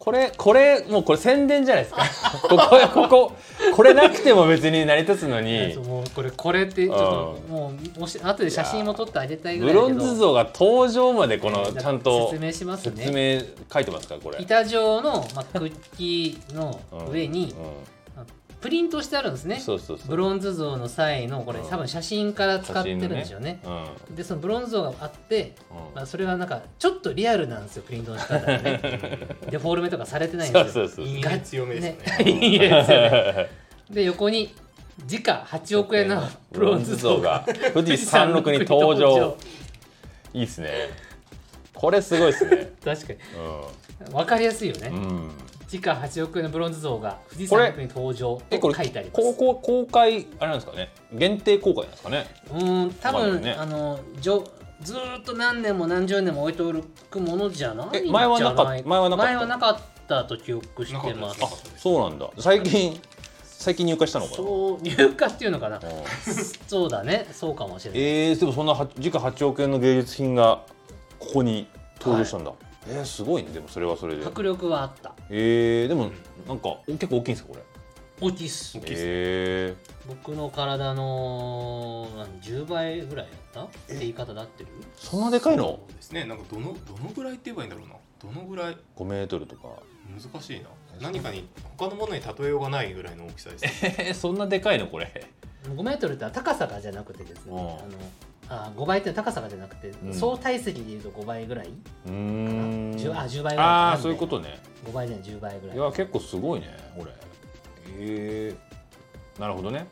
S2: これこれもうこれ宣伝じゃないですか こここここれなくても別に成り立つのに
S1: そうもうこれこれってちょっともうおし後で写真も撮ってあげたいぐら
S2: ブ
S1: いだ
S2: ロ
S1: けど
S2: ンズ像が登場までこのちゃんと
S1: 説明します
S2: 説
S1: ね
S2: 明書いてますからこれ。
S1: 板状の、まあ、クッキーの
S2: うん
S1: 上に
S2: う
S1: プリントしてあるんですね
S2: ん、そうそうそう
S1: ブロンズ像の際のこれ
S2: うん
S1: 多分写真から使ってるんでしょうね
S2: 写真のね
S1: でそのブロンズ像があって、
S2: うんうん
S1: まあ、それはなんかちょっとリアルなんですよプリントの仕方がね デフォルメとかされてないんです
S2: そ
S1: よ
S2: うそうそう
S3: 陰影強めですね。
S1: いいですよねで横に時価8億円のブロンズ像が
S2: ブロンズ像が富士山麓に
S1: 富
S2: 登
S1: 士山
S2: 場
S1: 麓に
S2: いいっすねこれすごいっすね、
S1: 確かに分かりやすいよね、
S2: うんうん、
S1: 時価8億円のブロンズ像が富士
S2: これ
S1: 山麓に登場
S2: えことれ
S1: 書いてあります
S2: 高校公開あれなんですかね限定公開なんですかね
S1: うーん多
S2: わかんな
S1: 分、
S2: いね
S1: あのじょずーっと何年も何十年も置いておくものじゃないんじゃ
S2: え
S1: ない
S2: 前はなかっ前はなかった
S1: 前はなかったと記憶してます
S3: なかっ
S2: そうなんだ最近最近入会したのかな
S1: そう入荷っていうのかな
S2: うん
S1: そうだねそうかもしれない、
S2: えー、でもそんなは時価8億円の芸術品がここに登場したんだ、えー、すごいねでもそれはそれで
S1: 迫力はあった
S2: えー、でもなんかお結構大きいんですかこれ
S1: 大きいっす
S3: 大きいっすね
S2: え
S1: 僕の体の何10倍ぐらいだったって言い方だってる
S2: ー、そんなでかいの
S3: そうですねなんかどのどのぐらいって言えばいいんだろうなどのぐらい
S2: 5メートルとか
S3: 難しいな何かに他のものに例えようがないぐらいの大きさ です、ね、
S2: えー、そんなでかいのこれ
S1: 5メートルってのは高さがじゃなくてですね、
S2: うん
S1: あのあ5倍っていうのは高さがじゃなくて、
S2: ん
S1: 総体積でいうと5倍ぐらい、
S2: うーん
S1: 10あ10倍ぐらいかな
S2: ああーそういうことね
S1: 5倍じゃない10倍ぐらい
S2: いや結構すごいねこれえー、なるほどね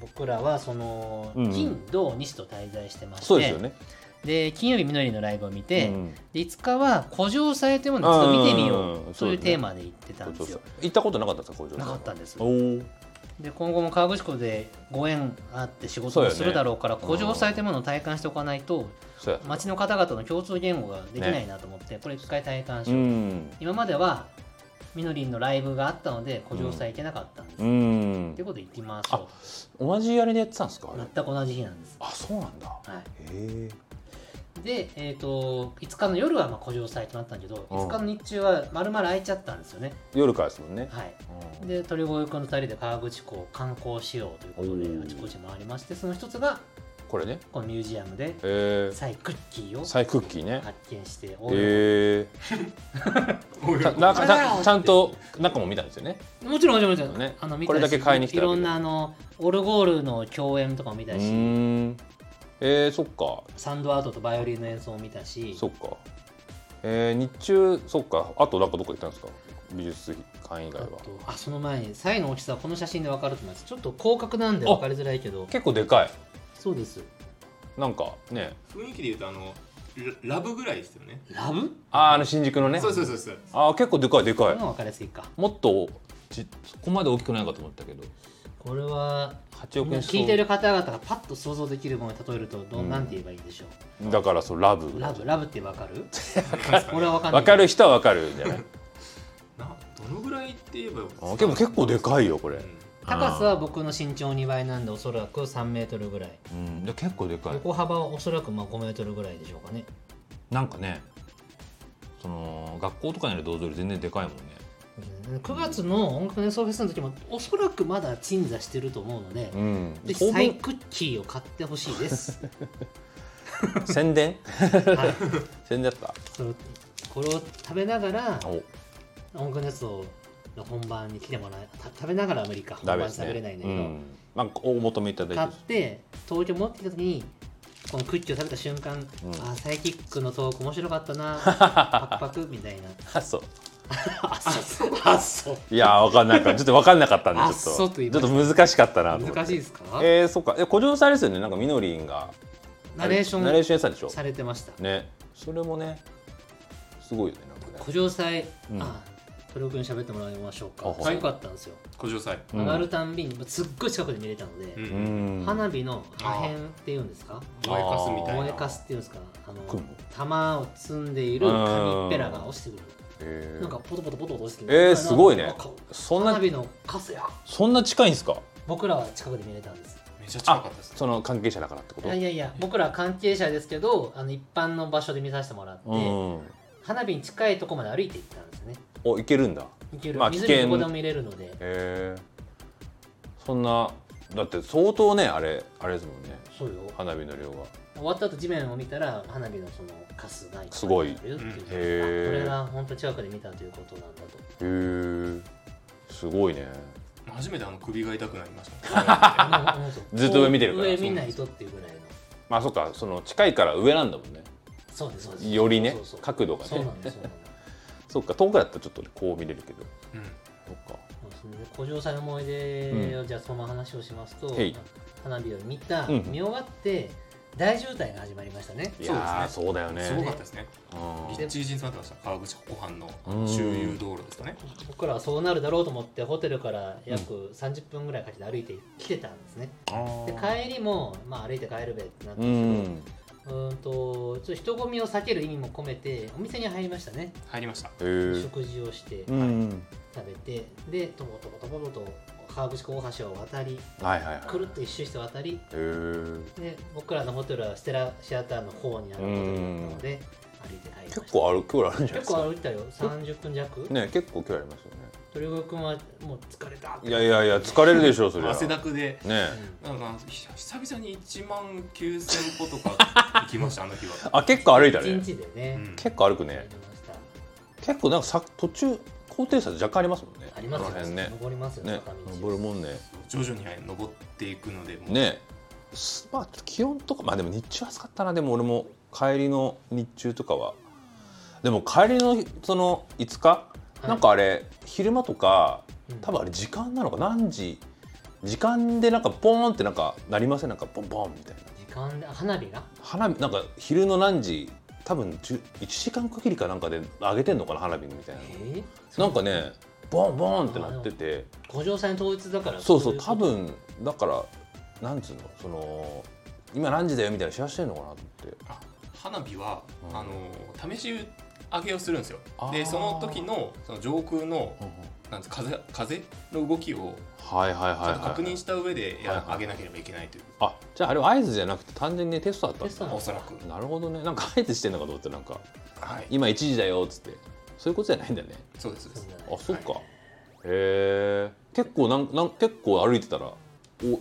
S1: 僕らはその、
S2: うん
S1: 金土日と滞在してまして
S2: そうですよね、
S1: で金曜日みのりのライブを見て、
S2: うん
S1: で5日は「古城祭」というものをちょっと見てみ
S2: うんうん
S1: よ
S2: うん
S1: うそういう
S2: そうですね
S1: テーマで行ってたん
S2: そ
S1: で
S2: う
S1: す
S2: そ
S1: よ
S2: う行ったことなかったですか工場
S1: なかったんです
S2: おー
S1: で今後も河口湖でご縁あって仕事
S2: そ
S1: も
S2: うよね
S1: するだろうから
S2: ん
S1: 古城祭というものを体感しておかないと
S2: そうや
S1: 街の方々の共通言語ができないなと思って、これ一回体感しよう、
S2: ん
S1: 今まではみのりんのライブがあったので古城祭行けなかったんです、
S2: う
S1: っ
S2: ん
S1: てことで行きましょ
S2: 同じあれでやってたんですかあ
S1: う
S2: れ
S1: 全く同じ日なんです、
S2: あそうなんだ
S1: はい、
S2: へえ
S1: で、えー、と5日の夜はまあ古城祭となったんだけど5日の日中はまるまる空いちゃったんですよね、
S2: 夜からですもんね、
S1: はい、
S2: うん
S1: で鳥越くんの2人で河口湖を観光しようということ
S2: お
S1: で
S2: ー
S1: あちこち回りましてその一つが
S2: これね
S1: このミュージアムで
S2: えー、
S1: サイクッキーを
S2: サイクッキーね
S1: 発見しておる
S2: えー、たな
S1: これ
S2: ちゃんちゃんと中も見たんですよね
S1: もちろんもちろんもちろん、
S2: ね
S1: あの見たし
S2: これだけ買いに来た
S1: い
S2: わ
S1: ろ
S2: け
S1: ん
S2: じ
S1: な
S2: ゃ
S1: あのオルゴールの共演とかも見
S2: う
S1: たし、
S2: ーんえー、そっか
S1: サンドアートとバイオリンの演奏も見たし
S2: そっかえー、日中そっかあとなんかどこ行ったんですか美術館以
S1: あ
S2: 外は
S1: とあその前にサイの大きさはこの写真で分かると思いますちょっと広角なんで分かりづらいけど
S2: 結構でかい
S1: そうです
S2: なんかね
S3: 雰囲気で言うとあのララブぐらいですよね
S1: ラブ
S2: あーあの新宿のね
S3: そうそうそうそう
S2: あー結構でかいで
S1: こ
S2: か
S1: れ
S2: い
S1: は分かりやすいか
S2: もっとちそこまで大きくないかと思ったけど
S1: これは
S2: 8億円しそう
S1: 聞いてる方々がパッと想像できるものに例えるとどう、なんて言えばいいでしょ
S2: だからそうラブ
S1: うラブラブって分かる
S3: なんすかね
S1: 俺は分かんない
S2: わかる人はわかるんじ ゃない
S3: などのぐらいって言えばよかった
S2: あーでも結構でかいよこれ、
S1: 高さは僕の身長2倍なんでおそらく3メートルぐらい
S2: うん、で結構でかい
S1: 横幅はおそらくまあ5メートルぐらいでしょうかね
S2: なんかねその学校とかにある銅像より全然でかいもんね
S1: 9月の音楽演奏フェスの時もおそらくまだ鎮座してると思うので、
S2: うん
S1: ぜひサイクッキーを買ってほしい です、
S2: 宣伝
S1: はい、
S2: 宣伝だった
S1: そのこれを食べながら
S2: お
S1: 音楽熱をの本番に来てもらえた食べながらは無理か
S2: ダ
S1: 本
S2: メ
S1: 番に
S2: ですね
S1: 食べれないんだ
S2: う
S1: けど、
S2: ん、まあお求めいただいて
S1: 買って東京持ってきた時にこのクッキーを食べた瞬間、あサイキックのトーク面白かったな パクパクみたいな
S2: あそう
S1: あっそう あっそう
S2: いやーわかんないからちょっとわかん なかったんでちょ
S1: あ
S2: っ
S1: そうと
S2: と
S1: 言い
S2: ちょ
S1: ま
S2: っ
S1: した
S2: と難しかったなと思って
S1: 難しいですか、
S2: えー、そうかえ古城さんあれですよねなんかみのりんが
S1: ナレーション
S2: ナレーションやってたでしょ
S1: されてました
S2: ねそれもねすごいよねなんかね
S1: 古城祭、
S2: うん
S1: あトロ君に喋ってもらいましょう
S2: あ
S1: か
S2: はい
S1: すごかったんですよ、
S3: 古城祭
S2: うん
S1: 上がるたんびにすっごい近くで見れたの
S3: う
S1: で、
S2: うんん
S1: 花火の破片っていうんですか
S3: 燃えかすみたいな
S1: 燃えかすっていうんですかあの
S2: 雲
S1: 玉を積んでいる紙っぺらが落ちてくる
S2: えー
S1: なんかポトポトポトポト落ちてくる
S2: えー、すごいね
S1: なんか
S2: そん
S1: 花
S2: な
S1: 火のカスや
S2: そんな近いんですか
S1: 僕らは近くで見れたんです
S3: めちゃ近か
S2: あ
S3: ったですね
S2: その関係者だからって
S1: い
S2: こと
S1: やいやいや僕らは関係者ですけどあの一般の場所で見させてもらって、
S2: うん
S1: 花火に近いとこまで歩いて行ったんですね
S2: おいけるんだ
S1: 行ける、
S2: まあ危
S1: 湖
S2: 険
S1: どこでも見れるので
S2: へえそんなだって相当ねあれあれですもんね
S1: そうよ
S2: 花火の量が
S1: 終わった後地面を見たら花火のそのカスがいっぱ
S2: すごい
S1: あるよっていう
S3: うん
S1: こ
S2: へ
S1: れ
S2: え
S1: が本当近くで見たということなんだと
S2: へえすごいね
S3: 初めてあの首が痛くなり ましたね
S1: あの本当
S2: ずっと上見てるから
S1: 上見ないとっていうぐらいの
S2: まあそっかその近いから上なんだもんね
S1: そうですそうです
S2: よりね
S1: そうそうそう
S2: 角度が
S1: そう
S2: ね
S1: なんですそうなんです
S2: そっか遠くだったらちょっとこう見れるけど
S3: うん
S2: そっか
S1: そうですね古城祭の思い出を、じゃあその話をしますと
S2: へい
S1: 花火を見た、
S2: うん
S1: 見終わって大渋滞が始まりましたね
S2: いやー
S3: そ
S2: そうだよね
S3: すごかったですね
S2: うん
S3: 立地一日になってました川口湖畔の
S2: うん
S3: 周遊道路ですかね
S1: 僕らはそうなるだろうと思ってホテルから約30分ぐらいかけて歩いてきてたんですね、
S2: あー
S1: で帰りも、まあ、歩いて帰るべってなったんですけ
S2: う
S1: ど、
S2: ん
S1: うーんとちょっと人混みを避ける意味も込めてお店に入りましたね、
S3: 入りました
S2: へえ
S1: 食事をして、
S2: うん
S1: 食べてでとぼとぼとぼとぼと河口湖大橋を渡り
S2: はいはいはい
S1: くるっと一周して渡り
S2: へー
S1: で僕らのホテルはステラシアターの方にあるホテルだったので歩いて入りました
S2: 結構ある距離あるんじゃない
S1: 結
S2: です
S1: 構
S2: か
S1: 歩いたよ30分弱、
S2: ね結構距離ありますよね
S1: 鳥越君はもう疲れたって
S2: いやいやいや疲れるでしょうそれは
S3: 汗だくで
S2: ね
S3: なんかひ久々に1万9000歩と か行きましたあの日は、
S2: あ結構歩いた
S1: 一
S2: ね
S1: 日でね、
S3: うん
S2: 結構歩く
S1: や
S2: ね
S1: りました
S2: 結構なんかさ途中高低差若干ありますもんね
S1: あります
S2: この
S1: よ
S2: 辺
S1: ね
S2: ね
S1: 登りますよ
S2: ね
S1: 坂道
S2: 登るもんね
S3: 徐々に登っていくのでもう
S2: ねすまあちょっと気温とかまあでも日中暑かったなでも俺も帰りの日中とかはでも帰りのその5日、
S1: い
S2: なんかあれ昼間とか
S1: うん
S2: 多分あれ時間なのか何時時間でなんかポーンってなんかなりませんなんかポンポンみたいな
S1: 時間で花火が
S2: 花火なんか昼の何時多分10 1時間区切りかなんかで上げてんのかな花火みたいなの
S1: え
S2: なんかねボンボンってなってて
S1: 五条線統一だから
S2: そうそう
S1: こ
S2: 多
S1: いこと
S2: 分だからなんつうのその今何時だよみたいな知らしてんのかなって
S3: あ花火は、
S2: うん
S3: あの試し上げをするんですよ
S2: あー
S3: でその時のその上空のなんて風風の動きを
S2: はいはい
S3: ちゃ
S2: は
S3: ん
S2: い、
S3: と
S2: は
S3: 確認
S2: い、
S3: した上で
S2: はい
S3: や
S2: はい
S3: 上げなければいけないという、
S2: あじゃああれは合図じゃなくて単純にテストだったん
S1: テ
S2: だ
S1: ストな
S3: お
S1: の
S3: そらく、
S2: なるほどねなんか合図してんのかと思ってなんか
S3: はい、
S2: 今1時だよっつってそういうことじゃないんだね
S3: そうですそうです
S2: あそっか、へえ結構なんなん結構歩いてたらお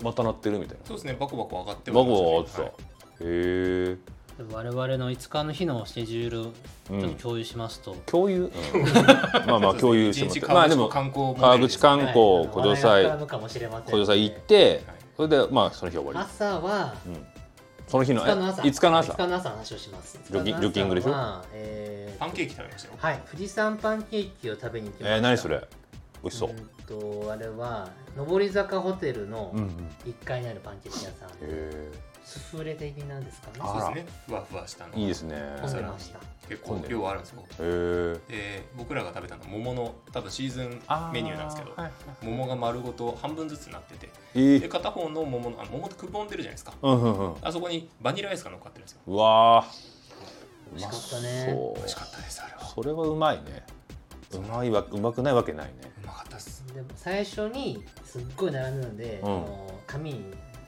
S2: また鳴ってるみたいな
S3: そうですねバコバコ上がって
S2: バ
S3: はい
S2: コ
S3: ましたね
S2: バコ上がってた、へえ
S1: 我々の5日の日のスケジュールをちょっと共有しますと、
S2: 共有、 うんまあまあ
S3: そう
S2: 共
S3: で
S2: 有
S3: す
S2: し
S3: ね
S2: ても
S3: 一
S2: ら
S3: 日
S2: ってまあで
S3: 川口湖
S2: も
S3: 観光
S2: 川口観光
S1: はい
S2: 古城祭
S1: 話題が絡むかもしれません
S2: 小
S1: の
S2: 城
S1: で
S2: さん行って
S3: はい
S2: それでまあその日終わり
S1: 朝は
S2: その日の
S1: 5日の朝
S2: 5日の朝
S1: 5日の朝の話をします
S2: ジョギ
S1: 5日の朝は
S2: ジョギングでしょ
S1: えー
S3: パンケーキ食べましたよ
S1: はい富士山パンケーキを食べに行きました
S2: えー、何それ美味しそう、
S1: んとあれは上り坂ホテルの
S2: うんうん、へ
S1: 1階にあるパンケーキ屋さん、
S2: え
S1: スフレ的なんですかね
S2: あ
S3: そうですねふわふわしたの
S2: いいですね
S3: お
S1: 食
S3: 皿
S1: べ
S3: に
S1: ました
S3: 結構量あるんですよ
S2: へえ
S3: で僕らが食べたのは桃の多分シーズンメニューなんですけど、
S2: はい
S3: 桃が丸ごと半分ずつになってて
S2: え
S3: で
S2: ー、
S3: 片方の桃のあ桃ってくぼんでるじゃないですか
S2: うんうんうん
S3: あそこにバニラアイスが乗っかってるんですよ
S2: うわーう
S1: 美味し
S2: ま
S1: かっ
S2: そ
S1: たね
S2: う
S3: 美味しかったですあれは
S2: それはうまいねうまいわうまくないわけないね
S3: うまかったです
S1: でも最初にすっごい並んでたんで、
S2: う
S1: あ
S2: ん
S1: の紙に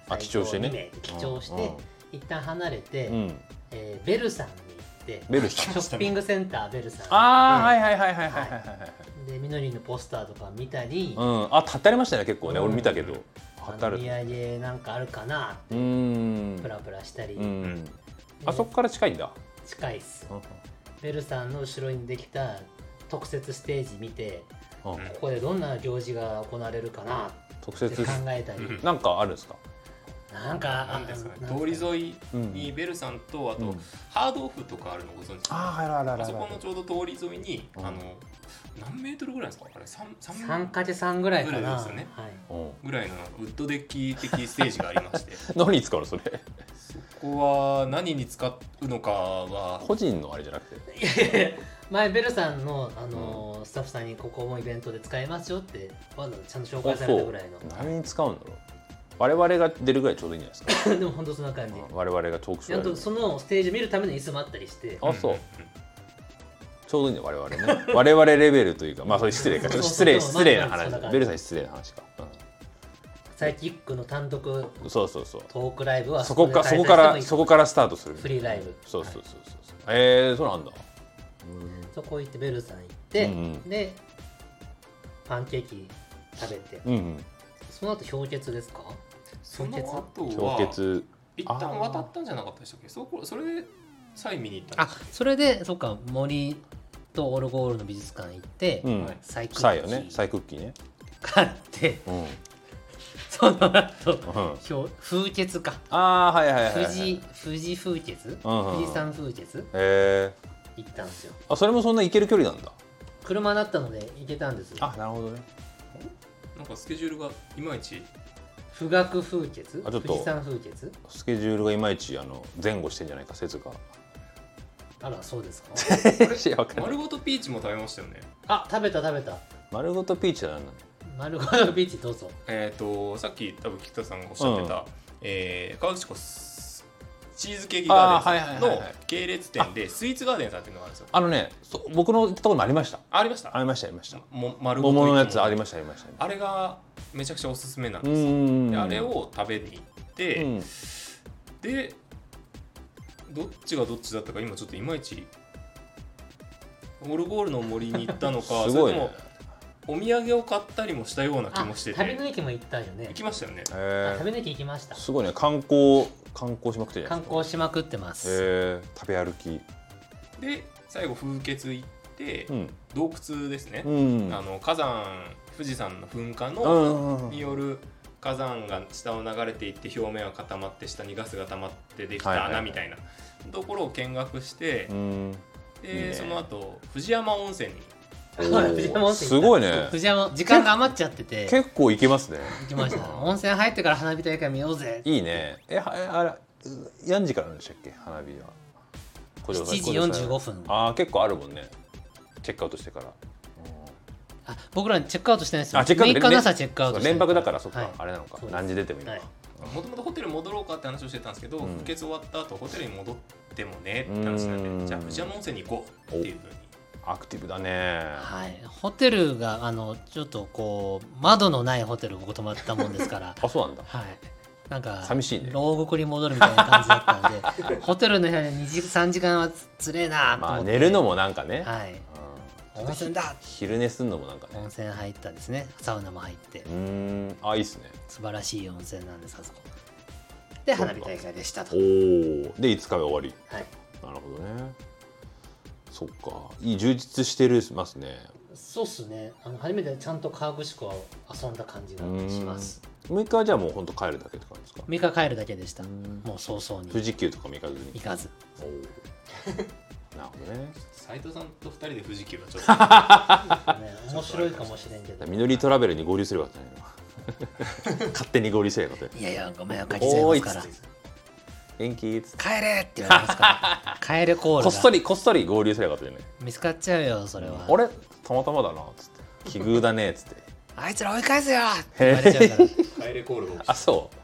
S2: あ記帳してね
S1: 最高2名記帳して、一旦離れて、
S2: うん、うん、
S1: えーベルさんに行って
S2: ベルし
S1: シ
S2: た
S1: ョッピングセンターベルさん
S2: ああ、
S3: うん
S2: はいはいはいはいはいはいはい
S1: でみのりんのポスターとか見たり、
S2: う、ん、あ、たってありましたね、結構ね、
S1: うん
S2: 俺見たけど。
S1: あ
S2: たっ
S1: の
S2: てあ
S1: お
S2: る。
S1: 土産なんかあるかな
S2: うーん
S1: プ。ラプラしたり、
S2: うん。
S1: で
S2: あそこから近いんだ。
S1: 近いっす
S2: うん
S1: ベルさんの後ろにできた特設ステージ見て
S2: うん
S3: うん
S1: ここでどんな行事が行われるかな
S2: 特
S1: って考
S2: 設。
S1: えたり、
S3: うん
S2: なんかあるんですか。
S1: なんか
S3: なんですかね
S1: なん
S3: 通り沿いうに
S2: ん。
S3: ベルさんとあと、
S2: うん
S3: ハードオフとかあるのご存知です
S2: あ
S3: か
S2: あ、はいはいはい
S3: あ
S2: はい
S3: そこの
S2: は
S3: ちょうど通り沿いに、
S2: うん
S3: あの何メートルぐらいですかあれ 3, 3
S1: 3×3 ぐらいか
S3: ぐらい
S1: な
S3: ですよね
S1: はい、
S2: い。うん。
S3: ぐらいのウッドデッキ的ステージがありまして
S2: 何に使うの、それ。
S3: そこは何に使うのかは
S2: 個人のあれじゃなくて。
S1: いやいや前ベルさんの、あのースタッフさんにここもイベントで使えますよってわざわざちゃんと紹介されたぐらい
S2: 何に使うんだろう。我々が出るぐらいちょうどいいんじゃないですか。
S1: の でも本当そんな感じ
S2: うん我々がトークショ
S1: あ
S2: ーや
S1: と
S2: る。
S1: そのステージ見るための椅子もあったりして
S2: あ、そう。ちょうどいいね、我々ね。我々レベルというか、まあ、それ失礼か、ちょっと失礼、
S1: そうそうそう
S2: 失礼な
S1: まあまあ
S2: 話
S1: そんな感
S2: だ。
S1: じ
S2: ベルさん失礼な話か。
S1: サイキックの単独
S2: うん。そうそうそう。
S1: トークライブは
S2: そこか、そこから、そこからスタートする。
S1: フリーライブ
S2: そうそうそうそうそう。ええー、そうなんだ。
S1: そこ行ってベルさん行って、
S2: うんう
S1: でパンケーキ食べて
S2: うん、うん。
S1: その後氷結ですか
S3: その後は
S2: 氷結。
S3: 一旦渡ったんじゃなかったでしたっけそこそれさえ見に行った
S1: あ
S3: んですよ
S1: それでそっか森とオルゴールの美術館行って、
S2: うん
S3: はい。
S1: サイク
S2: サイよ
S1: ッ
S2: ね。
S1: キ
S2: サ
S1: ー
S2: イクッキーね。
S1: 買って
S2: うん。
S1: その後
S2: う
S1: 氷
S2: ん、
S1: 風穴か
S2: ああー、はいはいはいはい。
S1: 富士富士風穴
S2: うんうんうん
S1: 富士山風穴
S2: ええ
S1: 行ったんですよ
S2: ー。あ、それもそんな行ける距離なんだ。
S1: 車だったので行けたんです
S2: なるほどね。
S3: なんかスケジュールがいまいち
S1: 富岳風穴
S2: あちょっと
S1: 富士山風穴
S2: スケジュールがいまいち、あの、前後してんじゃないか、説が。
S1: あらそうですか
S2: いやわかんない
S3: 丸ごとピーチも食べましたよね
S1: あ食べた食べた
S2: 丸ごとピーチは何なの。
S1: 丸ごとビーチどうぞ
S3: えっ、とさっき多分菊田さんがおっしゃってた、
S2: う
S3: えー、川口湖シチーズケーキガ
S2: あーはい
S3: ーデ
S2: はいはい
S3: ンさんの
S2: はい
S3: 系列店でスイーツガーデンさんっていうのがあるんですよ
S2: あのねそ僕の行ったところもありました
S3: ありました
S2: ありましたありました
S3: も丸ごと
S2: 桃のやつあり
S3: ま
S2: ましたありました
S3: あれがめちゃくちゃおすすめなん
S2: う
S3: ですよ
S2: ん
S3: であれを食べに行って、
S2: うん
S3: でどっちがどっちだったか今ちょっといまいちオルゴールの森に行ったのか
S2: すご
S3: それ
S2: い
S3: とも
S2: ね
S3: お土産を買ったりもしたような気もして
S1: あ旅
S3: て
S1: の駅も行ったよね
S3: 行きましたよね
S2: へ
S1: 旅の駅行きました
S2: ーすごいね観光観光しまくってるじゃ
S1: 観
S2: ないで
S1: 光
S2: すか
S1: しまくって ます
S2: へー食べ歩き
S3: で最後風穴行って、
S2: うん
S3: 洞窟ですね、
S2: うん
S3: あの火山富士山の噴火
S2: う
S3: の、
S2: んうんうん
S3: による火山が下を流れていって表面は固まって下にガスが溜まってでき
S2: はいは
S3: た
S2: いはい
S3: 穴みたいなところを見学して、
S2: うん
S3: で
S2: いいね
S3: その後藤山温泉に
S2: お
S1: 藤山温
S2: ー
S1: 泉
S2: すごいね
S1: 藤山時間が余っちゃってて
S2: 結構行けますね
S1: 行きました温泉入ってから花火大会見ようぜ
S2: いいねえはえあれ何時からなんでしたっけ花火は
S1: 7
S2: 小城さん
S1: 時
S2: 小城さん
S1: 45分
S2: ああ結構あるもんねチェックアウトしてから
S1: あ僕らチェックアウトしてないんですよ
S2: あチェックアウト
S1: 6日の朝チェックアウトしてる
S2: 連泊だからそっか、
S1: はい
S2: あれなの
S1: そ
S2: か
S1: うです
S2: 何時出てもいいのか、
S1: はい
S3: もともとホテル戻ろうかって話をしてたんですけど、
S2: うん
S3: 補欠終わった後ホテルに戻ってもねって話になっ
S2: う
S3: て
S2: ん
S3: じゃあ藤山温泉に行こうっていうふうに
S2: アクティブだね
S1: はい、ホテルがあのちょっとこう窓のないホテルここ泊まったもんですから
S2: あそうなんだ
S1: はいなんか
S2: 寂しいね
S1: 牢獄に戻るみたいな感じだったん でホテルの部屋で2時3時間はつつれえなと
S2: まあ
S1: 思って、
S2: 寝るのもなんかね、
S1: はい
S2: うん
S1: 温泉だ
S2: 昼寝すんのもなんか
S1: 温
S2: ね
S1: 泉入ったんですねサウナも入って
S2: うーんあいいっすね
S1: 素晴らしい温泉なんですあそこで
S2: そう
S1: 花
S2: か
S1: 火大会でしたと
S2: おおで5日目終わり
S1: はい
S2: なるほどねそっかいい充実してるますね
S1: そうっすねあの初めてちゃんと河口湖を遊んだ感じがします
S2: 6日はじゃあもうほんと帰るだけって感じですか
S1: 3日帰るだけでした
S2: ん
S1: もう早々
S2: 富
S1: に
S2: 士急とかも行かず
S1: 行
S2: に
S1: かず
S2: おーなるほどね
S3: 斉藤さんと二人で富士急はちょっと
S1: ね面白いかもしれんけど
S2: ミノリートラベルに合流すればよかった ね勝手に合流すればよかったね
S1: いやいや、ごめん、帰っちゃいますか
S2: お
S1: ら
S2: ーい。元気っつって
S1: 帰れって言われますから。 帰れコール
S2: こっそ
S1: が
S2: りこっそり合流すればよかったじゃない
S1: 見つかっちゃうよ、それは。
S2: あれたまたまだなっつって奇遇だねっつって
S1: あいつら追い返すよって言われちゃうから。
S3: 帰れコールが起き
S2: あ
S3: た
S2: そう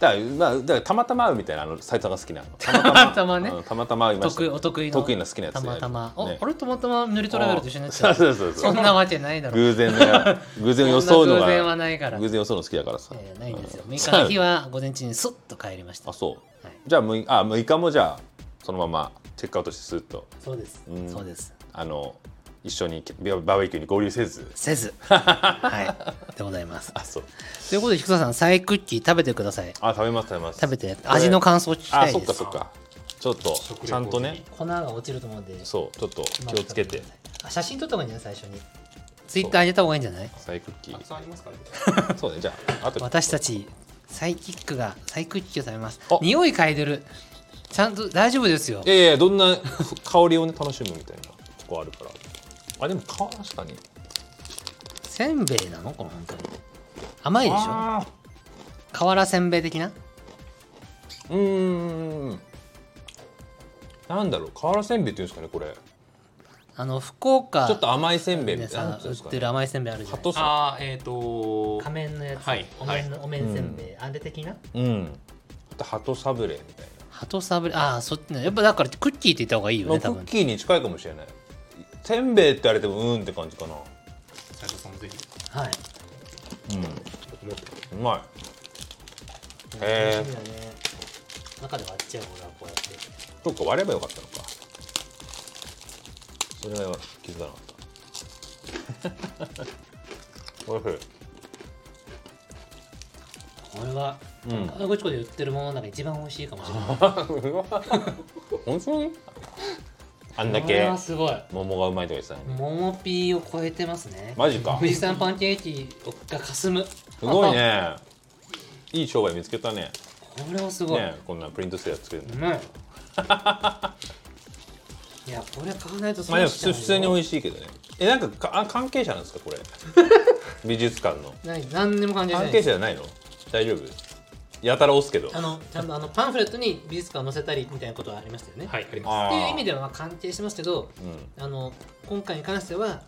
S2: だから,、まあ、だからたまたま会うみたいなあの斉藤さんが好 きなのたまたま
S1: たまたまね
S2: うんたまたま会いました
S1: 得意お得意の
S2: 得意な好きなやつ
S1: た
S2: ね
S1: またま。お、
S2: ね
S1: あれたまたま塗りトラベルと一緒になっち
S2: そ
S1: ゃ
S2: う
S1: う。
S2: そうそうそ
S1: そ
S2: うん
S1: なわけないだろ。
S2: 偶然が偶然を装
S1: そ
S2: うの
S1: んな
S2: が
S1: 偶然はないから
S2: 偶然を装うの好きだからさ、
S1: えーないんですよ。
S2: う
S1: 6日の日は午前中にスッと帰りました
S2: あ。そう、
S1: はい
S2: じゃあ6あ6日もじゃあそのままチェックアウトしてスッと
S1: そうです
S2: う。ん
S1: そうです。
S2: あの一緒にババーベキューに合流せず
S1: せ ず。はい。でございます。
S2: あそう
S1: ということで、菊田さん、サイクッキー食べてください。
S2: あ食べます食べます
S1: 食べて、味の感想を聞きた
S2: あ
S1: い
S2: そっ
S1: で
S2: か
S1: す
S2: そ。っかちょっと
S3: 食レポ
S2: ちゃんとね
S3: 的
S1: 粉が落ちると思うんで。
S2: そうちょっと気をつけて
S1: あ写真撮った方がいいんじゃない最初にツイッター上げた方がいいんじゃない
S2: サイクッキ
S3: たく
S2: ー
S3: さんありますからね
S2: そうねじゃああと
S1: 私たちサイキックがサイクッキーを食べます
S2: あ
S1: 匂い嗅いでるちゃんと大丈夫ですよ
S2: いやいやどんな香りをね楽しむみたいなとこあるからあでもか確かに
S1: せんべいなのこれ本当に甘いでしょ
S2: あ
S1: 瓦せんべい的な
S2: ーうーんなんだろう瓦せんべいっていうんですかねこれち
S1: あの福岡
S2: ょっと甘いせんべいみ
S1: で
S2: たいななん
S1: さ
S2: てい
S1: 売
S2: うんです
S1: っ
S2: か
S1: て
S2: ね
S1: る甘いせんべいあるじゃ
S2: ハ
S1: な
S2: ト
S1: い
S2: さ
S3: あーえっ、と
S1: 仮面のやつ、
S3: はい
S1: お面のお面せんべい、あれ的な
S2: うんあとハトサブレみたい
S1: 鳩サブレああそっちねやっぱだからクッキーって言った方がいい
S2: な、
S1: よ
S2: まあ
S1: ね
S2: ク
S1: 多
S2: ッ
S1: 分
S2: キーに近いかもしれないせんべいって言われてもうーんって感じかな
S3: 斉藤さんもぜひ
S1: はい
S3: 持って
S2: うんうまへー
S1: 楽しみだね中で割っちゃうほらこうやって
S2: いそうか割ればよかったのかそれは気づかなかったおいしい
S1: これは、
S2: うん
S1: 河口湖で売ってるものの中で一番美味しいかもしれない。
S2: 本当にあんだ
S1: これ
S2: け
S1: はすごい。
S2: 桃がうまいとか言ってたのに
S1: 桃ピーを超えてますね。
S2: マジか
S1: 富士山パンケーキがかすむ。
S2: すごい。ねいい商売見つけたね
S1: これはすごい。
S2: ねこんなプリントしてやつ作れる
S1: う
S2: の
S1: まい。 いや、これ買わないと
S2: まあでも普通普通に美
S1: い
S2: 味しいけどねえなんかかあ関係者なんですかこれ 美術館の
S1: ない。何にも感じない
S2: 関
S1: で
S2: 係
S1: す。
S2: 者じゃないの大丈夫やたら押すけど
S1: あの、ちゃんとあのパンフレットに美術館載せたりみたいなことはありましたよね。
S3: はいあります
S2: あ
S1: っていう
S2: ー
S1: 意味ではまあ関係してますけど、
S2: うん
S1: あの、今回に関しては、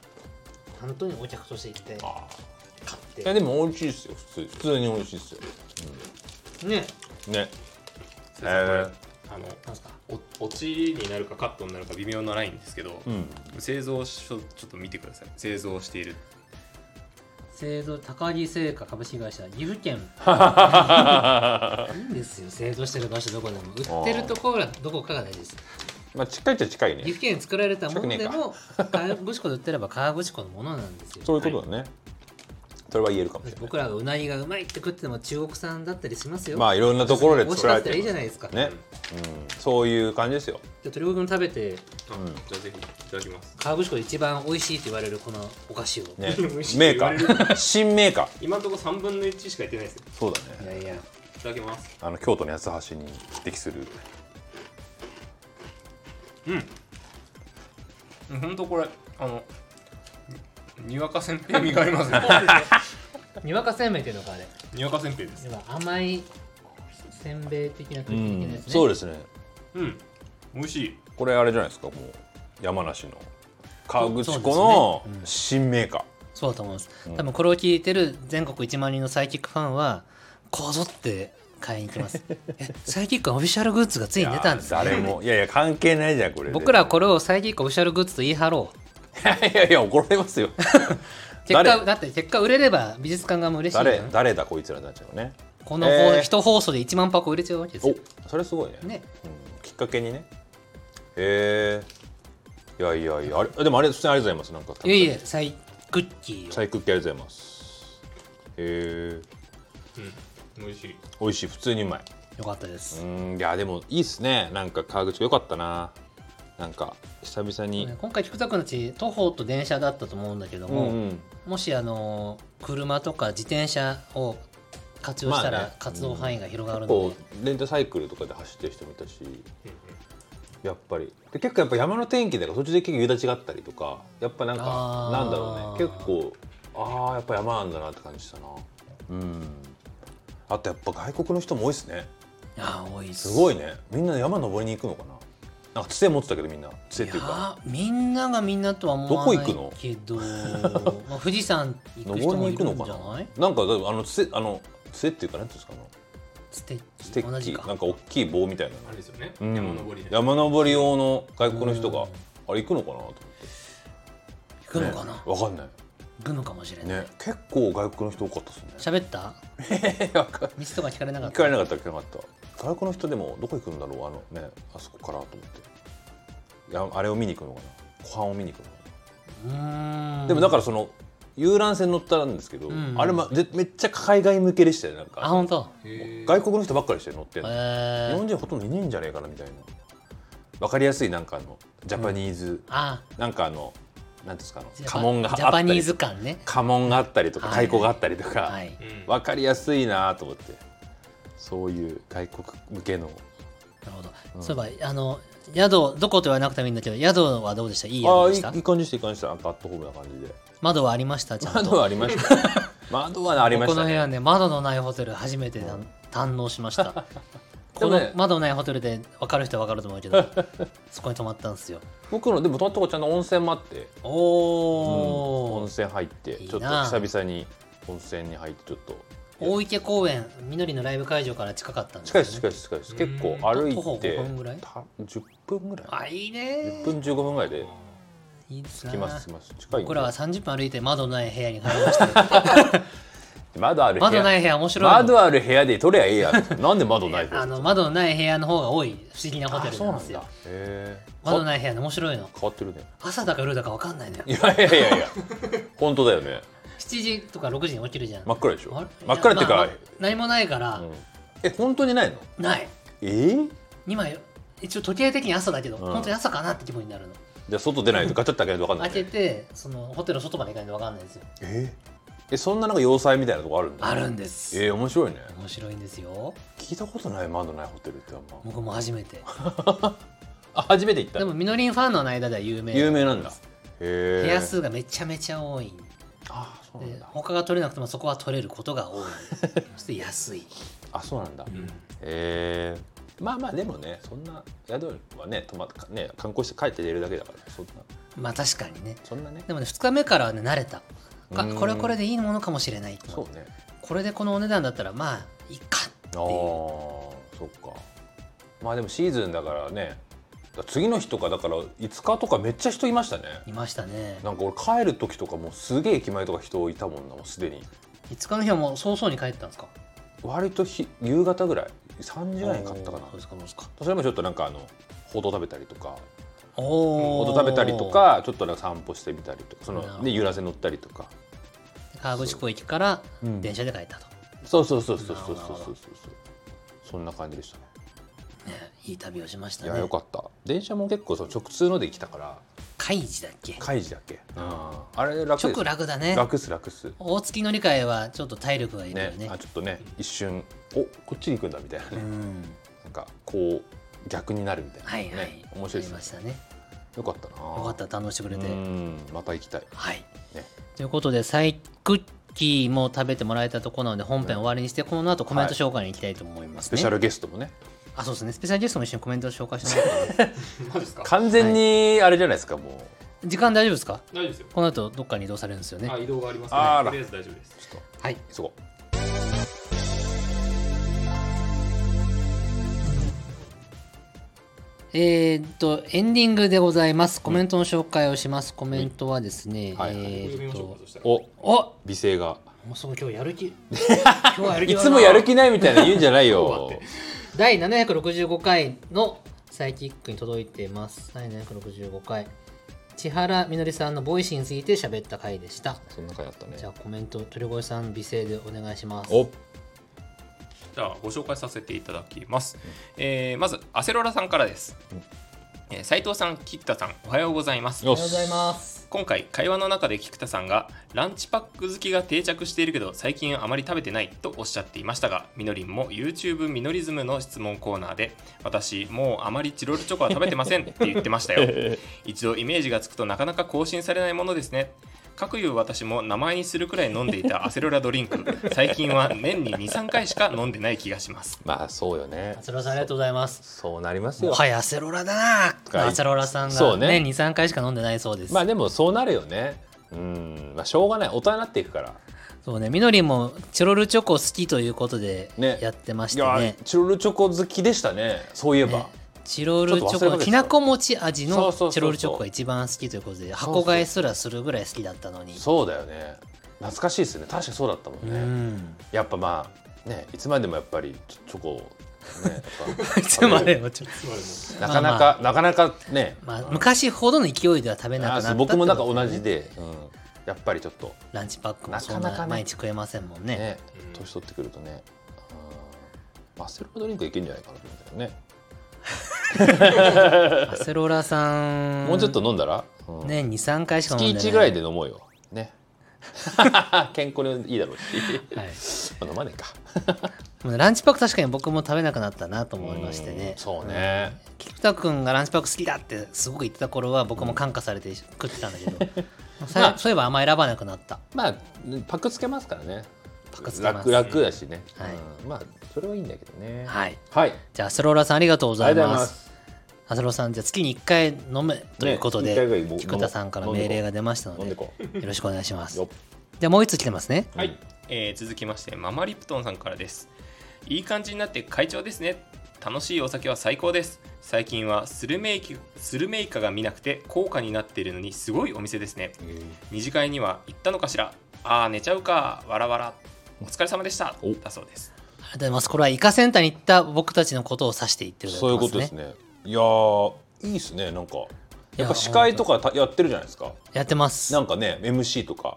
S1: 本当にお客として行って、買
S2: あ
S1: っ
S2: ーい
S1: て。
S2: やでも美味しいですよ普通普通に美味しいですよ
S1: ね。
S2: ね
S3: 斉藤さんこれ
S2: えー
S3: あの
S1: なんですか
S3: お落ちになるかカットになるか微妙なラインですけど、
S2: うん
S3: 製造所ちょっと見てください製造している
S1: 製造高木製菓株式会社岐阜 県いいんですよ製造してる場所どこでも売ってるところはどこかが大事です
S2: まあ近いっちゃ近い
S1: 岐
S2: ね
S1: 阜県に作られたものでも河口湖で売ってれば河口湖のものなんですよ
S2: そういうことだね、それは言えるかもしれない
S1: 僕らがうなぎがうまいって食っても中国産だったりしますよ
S2: まあいろんなところで
S1: もし
S2: 作
S1: からした
S2: れて
S1: らいい
S2: る
S1: じゃないですか
S2: ね、うん、そういう感じですよ
S1: じゃあ鳥越君食べて
S3: あ
S2: うん
S3: じゃあぜひいただきます
S1: 河口湖で一番美味しいと言われるこのお菓子を、
S2: ね
S3: 美味しい
S2: メーカー新メーカー
S3: 今のところ3分の1しかいってないですよ
S2: そうだ
S1: い
S2: ね
S1: やいや
S3: いただきます
S2: あの京都の八つ橋に匹敵する
S3: うんほんとこれあのににわかせんべい味がありますね
S1: にわかせんべいっていうのかあれ
S3: にわかせんべいです
S1: 今甘いせんべい的な
S2: う
S1: 感じ的なや
S2: ん
S1: つね
S2: そうですね
S3: うん美味しい
S2: これあれじゃないですかもう山梨の河口湖
S1: そ
S2: の
S1: うですねうん
S2: 新メーカー
S1: そうだと思います、
S2: うん
S1: 多分これを聞いてる全国1万人のサイキックファンはこぞって買いに行きます えサイキックはオフィシャルグッズがついに出たんですね
S2: 誰もいやいや関係ないじゃんこれで
S1: 僕らはこれをサイキックオフィシャルグッズと言い張ろう
S2: いやいや怒られま すよ
S1: 結果
S2: 誰
S1: だって結果売れれば美術館がも嬉しいじ
S2: 誰
S1: ゃん
S2: 誰だこいつらになっちゃうのね
S1: この
S2: え
S1: 放
S2: ー
S1: 一放送で1万箱売れちゃうわけですよ
S2: おそれすごいね
S1: ね
S2: うんきっかけにねへえいやいやいやあれでもあれ普通にありがとうございますなんか
S1: いえいえサイクッキーを
S2: サイクッキーありがとうございますへえ
S3: うん美味しい
S2: 美味しい普通にうまい
S1: よかったで
S2: う
S1: す、
S2: ーんいやでもいいっすねなんか川口湖よかったななんか久々に
S1: 今回菊田君たち徒歩と電車だったと思うんだけども、
S2: うん
S1: もしあの車とか自転車を活用した
S2: まあ
S1: ら
S2: ね
S1: 活動範囲が広がる
S2: 結
S1: ので、
S2: 構レンタサイクルとかで走ってる人もいたしやっぱりで結構やっぱ山の天気だからそっちで結構夕立があったりとかやっぱなん
S1: あ
S2: か
S1: ー
S2: なんだろうね結構ああやっぱ山なんだなって感じしたなうんあとやっぱ外国の人も多いですね
S1: ああ多いっす
S2: すご
S1: い
S2: いねみんな山登りに行くのかななんか杖持ってたけどみんな杖っていうか
S1: やみんながみんなとは思わない
S2: どこ
S1: けどまあ富士山行く人
S2: 登
S1: も
S2: り
S1: い
S2: に行
S1: る
S2: く
S1: ん
S2: の
S1: じ
S2: か
S1: ゃな
S2: ないなんかだあの杖あの杖っていうかなんていうんですかあの
S1: ステッキ
S2: ステ
S1: 同
S2: ッ
S1: じ
S2: キ
S1: か
S2: なんか大きい棒みたいな
S3: あれですよね、
S2: うん
S3: 山登りで
S2: 山登り用の外国の人
S1: う
S2: が
S1: ん
S2: あれ行くのかなと思って
S1: 行くのかな、
S2: ねわかんない
S1: 行くのかもしれない
S2: ね結構外国の人多かったですね
S1: 喋 った
S2: えーわかん
S1: 道とか聞かれなかっ
S2: 聞
S1: た
S2: かれなかった聞かれなかった外国の人でもどこ行くんだろうあのねあそこからと思っていやあれを見に行くのかな湖畔を見に行くのか
S1: うー
S2: なんでもだからその遊覧船乗ったんですけど、
S1: うん
S2: あれ、ま、ぜめっちゃ海外向けでしたよなん
S1: あ
S2: か
S1: 本当
S3: へー
S2: 外国の人ばっかりして乗ってんの、日
S1: え
S2: 本
S1: ー、
S2: 人ほとんどいねえんじゃねえかなみたいなわかりやすいなんかあのジャパニーズ、
S1: あ
S2: なんかあのなんていうんですかあの
S1: ジャパ
S2: 家紋があった
S1: ジ
S2: り
S1: ャパニーズ感ね
S2: 家紋があったりとか
S1: はい
S2: 太鼓があったりとか、
S1: はい
S3: うん
S2: 分かりやすいなと思ってそういう外国向けの
S1: なるほど、そういえばあの宿どこと言わなくてもいいんだけど宿はどうでしたいい
S2: あ
S1: 宿
S2: あ
S1: で
S2: い
S1: した
S2: いいい感じでしたいい感じでしたなんかアットホームな感じで
S1: 窓はありましたちゃんと
S2: 窓はありました 窓はありま
S1: こ
S2: し
S1: この
S2: た
S1: 部
S2: ね
S1: 屋ね窓のないホテル初めてだ堪能しましたこ
S2: でも
S1: の
S2: ね
S1: 窓のないホテルで分かる人は分かると思うけ どそこに泊まったんですよ
S2: 僕のでも泊まったとこちゃんと温泉もあって、
S1: お
S2: うん温
S1: お、
S2: 泉入って
S1: いいな
S2: ちょっと久々に温泉に入ってちょっと
S1: 大池公園みのりのライブ会場から近かったんです
S2: 近
S1: よ
S2: い
S1: ね
S2: です近いです近いです
S3: うん
S2: 結構歩
S1: 徒歩
S2: いて
S1: 5分ぐらい
S2: た10分ぐらい
S1: あいいね
S2: 10分15分ぐらいで
S1: いいです
S2: 着きます着き
S1: ね
S2: ます近いんで
S1: 僕らは30分歩いて窓のない部屋に入りましたよ
S2: 窓ある部屋
S1: 窓ない部屋面白いの
S2: 窓ある部屋で取りゃいい やんなんで窓ない部
S1: あ
S2: 屋
S1: の窓のない部屋の方が多い不思議なホテルなんですよ
S2: へえ
S1: 窓のない部屋の面白いの
S2: 変わってるね
S1: 朝だか夜だか分かんないのよ
S2: いやいやいや いや本当だよね
S1: 7時とか6時に起きるじゃん
S2: 真っ暗でしょ
S1: あれ
S2: 真っ暗っていうか、
S1: まあまあ何もないから、
S2: うんえ本当にないの
S1: ない
S2: えー、
S1: 今一応時計的に朝だけど、
S2: うん
S1: 本当に朝かなって気分になるの
S2: じゃあ外出ないとガチャッと開けないと分かん
S1: 開
S2: な
S1: け
S2: い、ね、
S1: てそのホテルの外まで行かないと分かんないんですよ
S2: えーえそんななんか要塞みたいなとこあるんだ
S1: あるんです、
S2: えー、面白いね
S1: 面白いんですよ
S2: 聞いたことない窓ないホテルってあんま
S1: 僕も初め て
S2: あ初めて行った
S1: でもみのりんファンの間では有名
S2: 有名なんだへえ
S1: 部屋数がめちゃめちゃ多いんで
S2: あそうなんだ
S1: 他が取れなくてもそこは取れることが多いそして安い
S2: あそうなんだ、
S3: うん
S2: えー、まあまあでもねそんな宿はね泊まっね観光して帰って出るだけだからそんな
S1: まあ確かにね
S2: そんなね
S1: でもね2日目からはね慣れたあ
S2: うん
S1: これはこれでいいものかもしれない
S2: そうね
S1: これでこのお値段だったらまあいいかって
S2: ああ
S1: いう
S2: そっかまあでもシーズンだからね次の日とかだから5日とかめっちゃ人いましたね
S1: いましたね
S2: なんか俺帰る時とかもうすげえ駅前とか人いたもんなもうすでに
S1: 5日の日はもう早々に帰ったんですか
S2: 割とひ夕方ぐらい3時ぐらいに買ったかな
S1: おーそうですかそうですか
S2: それもちょっとなんかあのほど食べたりとか
S1: お
S2: ほ
S1: お
S2: ど食べたりとかちょっとなんか散歩してみたりとかそ
S1: なるほ
S2: の
S1: ど
S2: ね遊覧船乗ったりとか
S1: 川口湖駅から
S2: うん
S1: 電車で帰ったと、
S2: そうそうそうそうそう
S1: なるほ
S2: そう
S1: ど
S2: そうそうそんな感じでしたね
S1: ねいい旅をしました
S2: い
S1: ね
S2: やよかった電車も結構その直通ので来たから
S1: 海事だっけ
S2: 開示だっけ、うん、あれ楽です
S1: 直楽だね
S2: 楽っす楽っす
S1: 大月乗り換えはちょっと体力がいるよ
S2: ね
S1: ね
S2: あちょっとね一瞬おこっちに行くんだみたいな
S1: う
S2: ね、
S1: ん
S2: なんかこう逆になるみたいな、ね
S1: はいはい、
S2: 面白いで
S1: ありますしたね
S2: よかったな
S1: よかった堪能してくれて
S2: うんまた行きたい
S1: はい、
S2: ね
S1: ということでサイクッキーも食べてもらえたところなので本編終わりにしてこの後コメント紹介に行きたいと思いま
S2: ス
S1: す
S2: ペ
S1: ね、
S2: シャルゲストもね
S1: あそうですねスペシャルゲストも一緒にコメント紹介してもらおうかな
S3: マジですか
S2: 完全にあれじゃないですかもう
S1: 時間大丈夫ですか
S3: 大丈夫ですよ
S1: この後どっかに移動されるんですよね
S3: あ移動があります
S2: あ
S3: の
S2: ら
S3: でとりあえず大丈夫です
S2: ちょっと
S1: はい
S2: 急ごう
S1: えーっとエンディングでございますコメントの紹介をします、コメントはですね、
S2: はいはい
S1: えー
S3: 僕読み
S1: っ
S3: ましょ
S1: と
S3: うかそしたら
S2: お
S1: お
S2: 美声が
S1: もうすごい今日やる 気今日はやる気
S2: い
S1: だな
S2: つもやる気ないみたいな言うんじゃない よ
S1: 第765回のサイキックに届いてます第765回千原みのりさんのボイシーについて喋った回でした
S2: そんな回あったね
S1: じゃあコメント鳥越さん美声でお願いします
S2: お
S3: じゃあご紹介させていただきます、えーまずアセロラさんからです、
S2: うん
S3: えー斉藤さん菊田さんおはようございます
S1: お
S2: よ
S1: はようございます
S3: 今回会話の中で菊田さんがランチパック好きが定着しているけど最近あまり食べてないとおっしゃっていましたがみのりんも YouTube みのりズムの質問コーナーで私もうあまりチロルチョコは食べてませんって言ってましたよ一度イメージがつくとなかなか更新されないものですね各有私も名前にするくらい飲んでいたアセロラドリンク最近は年に23回しか飲んでない気がします
S2: まあそうよね
S1: アセロラさんありがとうございます
S2: そうなります
S1: も
S2: よ
S1: はやアセロラだな
S2: はい
S1: アセロラさん
S2: そ
S1: が
S2: うね
S1: 年23回しか飲んでないそうです、
S2: まあでもそうなるよねうんまあしょうがない大人になっていくから
S1: そうねみのりんもチロルチョコ好きということで
S2: ね
S1: やってまし
S2: い
S1: た
S2: や
S1: ね
S2: チロルチョコ好きでしたねそういえば、
S1: ねチロルチョコのきなこ餅味
S2: そうそ
S1: の
S2: うそうそう
S1: チロルチョコが一番好きということで箱買いすらするぐらい好きだったのに
S2: そうだよね懐かしいですね確かそうだったもん
S1: う
S2: ね、
S1: ん
S2: やっぱまあねいつまでもやっぱりチョチョコをねやっぱ
S1: いつまでもちょっ
S2: なかなか、なかなかね
S1: と、まあ、昔ほどの勢いでは食べなくなった
S2: あ
S1: って
S2: 僕もなんか
S1: こと
S2: 同じで、うん、やっぱりちょっと
S1: ランチパックもそん
S2: なかなか
S1: な
S2: ね
S1: 毎日食えませんもんね
S2: ね
S3: うん
S2: 年取ってくるとねうんアセロラドリンクいけんじゃないかなと思うんだけどね、
S1: アセロラさん
S2: もうちょっと飲んだら、うん
S1: 年23回しか飲ん
S2: 月
S1: でない
S2: 1ぐらいで飲もうよね 健康にいいだろう し、
S1: はい
S2: まあ飲まねえか
S1: もうランチパック確かに僕も食べなくなったなと思いましてね
S2: うんそうね、
S1: 菊田君がランチパック好きだってすごく言ってた頃は僕も感化されて食ってたんだけ ど、さ
S2: まあ
S1: そういえばあんま選ばなくなった
S2: まあパックつけますからね
S1: パックつけます
S2: 楽楽だしね、
S1: はい
S2: うんまあそれはいいんだけどね
S1: はい
S2: はい、あり
S1: じゃあアスローラさんありがとうござい
S2: がとうご
S1: ま
S2: ざいますす
S1: アスローラさんじゃあ月に1回飲めということ
S2: 一回ぐ
S1: で、
S2: らいもう
S1: 菊田さんから命令が出ましたの
S2: 飲ん
S1: で
S2: で
S1: よ
S2: こう
S1: ろしくお願いします
S2: よっ
S1: じゃあもう1つ来てますね
S3: は
S2: うん
S3: い、えー続きましてママリプトンさんからですいい感じになって会長ですね楽しいお酒は最高です最近はスルメイキスルメイカが見なくて高価になっているのにすごいお店ですね二次会には行ったのかしらあー寝ちゃうかわらわらお疲れ様でした
S2: お
S3: だそうです
S1: ありがとうございますこれはイカセンターに行った僕たちのことを指して言ってるだけ
S2: そういうことですねいやーいいですねなんかやっぱ司会とかたやってるじゃないですか
S1: やってます
S2: なんかね MC とか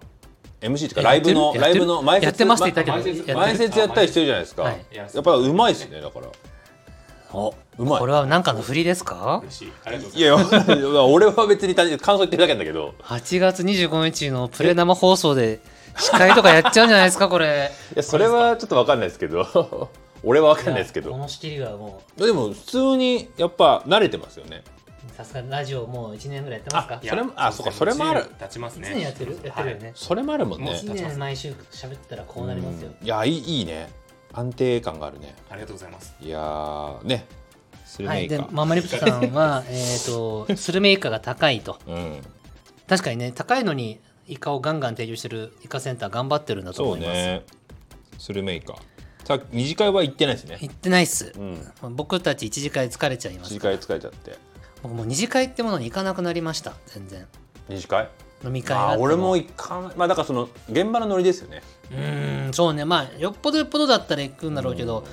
S2: MC とか
S1: え
S2: ライブの
S1: やっ
S2: ラ
S1: てる
S2: イブの前説
S1: やってますって言ったけど
S2: 前説
S1: やってる
S2: 前説やったりしてるじゃないですか、
S1: はい
S2: やっぱうまいですねだから
S1: お
S2: うまい
S1: これは何かの振りですか
S3: 嬉しいありがとうご
S2: い
S3: ざい
S2: やいや俺は別に単純に感想言ってるだけなんだけど
S1: 8月25日のプレ生放送で司会とかやっちゃうんじゃないですかこれ
S2: いやそれはちょっと分かんないですけど 俺は分かんないですけ
S1: いやこ
S2: ど
S1: の仕切りがも
S2: でも普通にやっぱ慣れてますよね
S1: うさすがにラジオもう1年ぐらいやってますか
S3: ます
S2: やそれもあそうかそれもある
S3: 立ちます
S1: 1
S3: ね
S1: 年やってるやってるよね、
S2: それもあるもん
S1: もう
S2: ね
S1: 1年毎週喋ったらこうなりますよ、
S2: うんいやいいいいね安定感があるね
S3: はいありがとうございます
S2: いやーねスル
S1: は
S2: メイ
S1: い、
S2: カ、
S1: でママリプトさん はえーとスルメイカが高いと
S2: うん
S1: 確かにね高いのにイカをガンガン提供してるイカセンター頑張ってるんだと
S2: そう
S1: 思います、
S2: ねスルメイカさ二次会は行ってないですね
S1: 行ってないっす
S2: う、ん
S1: 僕たち一次会疲れちゃいま
S2: 二
S1: す
S2: 次会疲れちゃって
S1: 僕もう二次会ってものに行かなくなりました全然
S2: 二次会
S1: 飲み会が
S2: あ
S1: あ
S2: あ
S1: って
S2: 俺も行かないまあだからその現場のノリですよね
S1: うーんそうねまあよっぽどよっぽどだったら行くんだろうけど、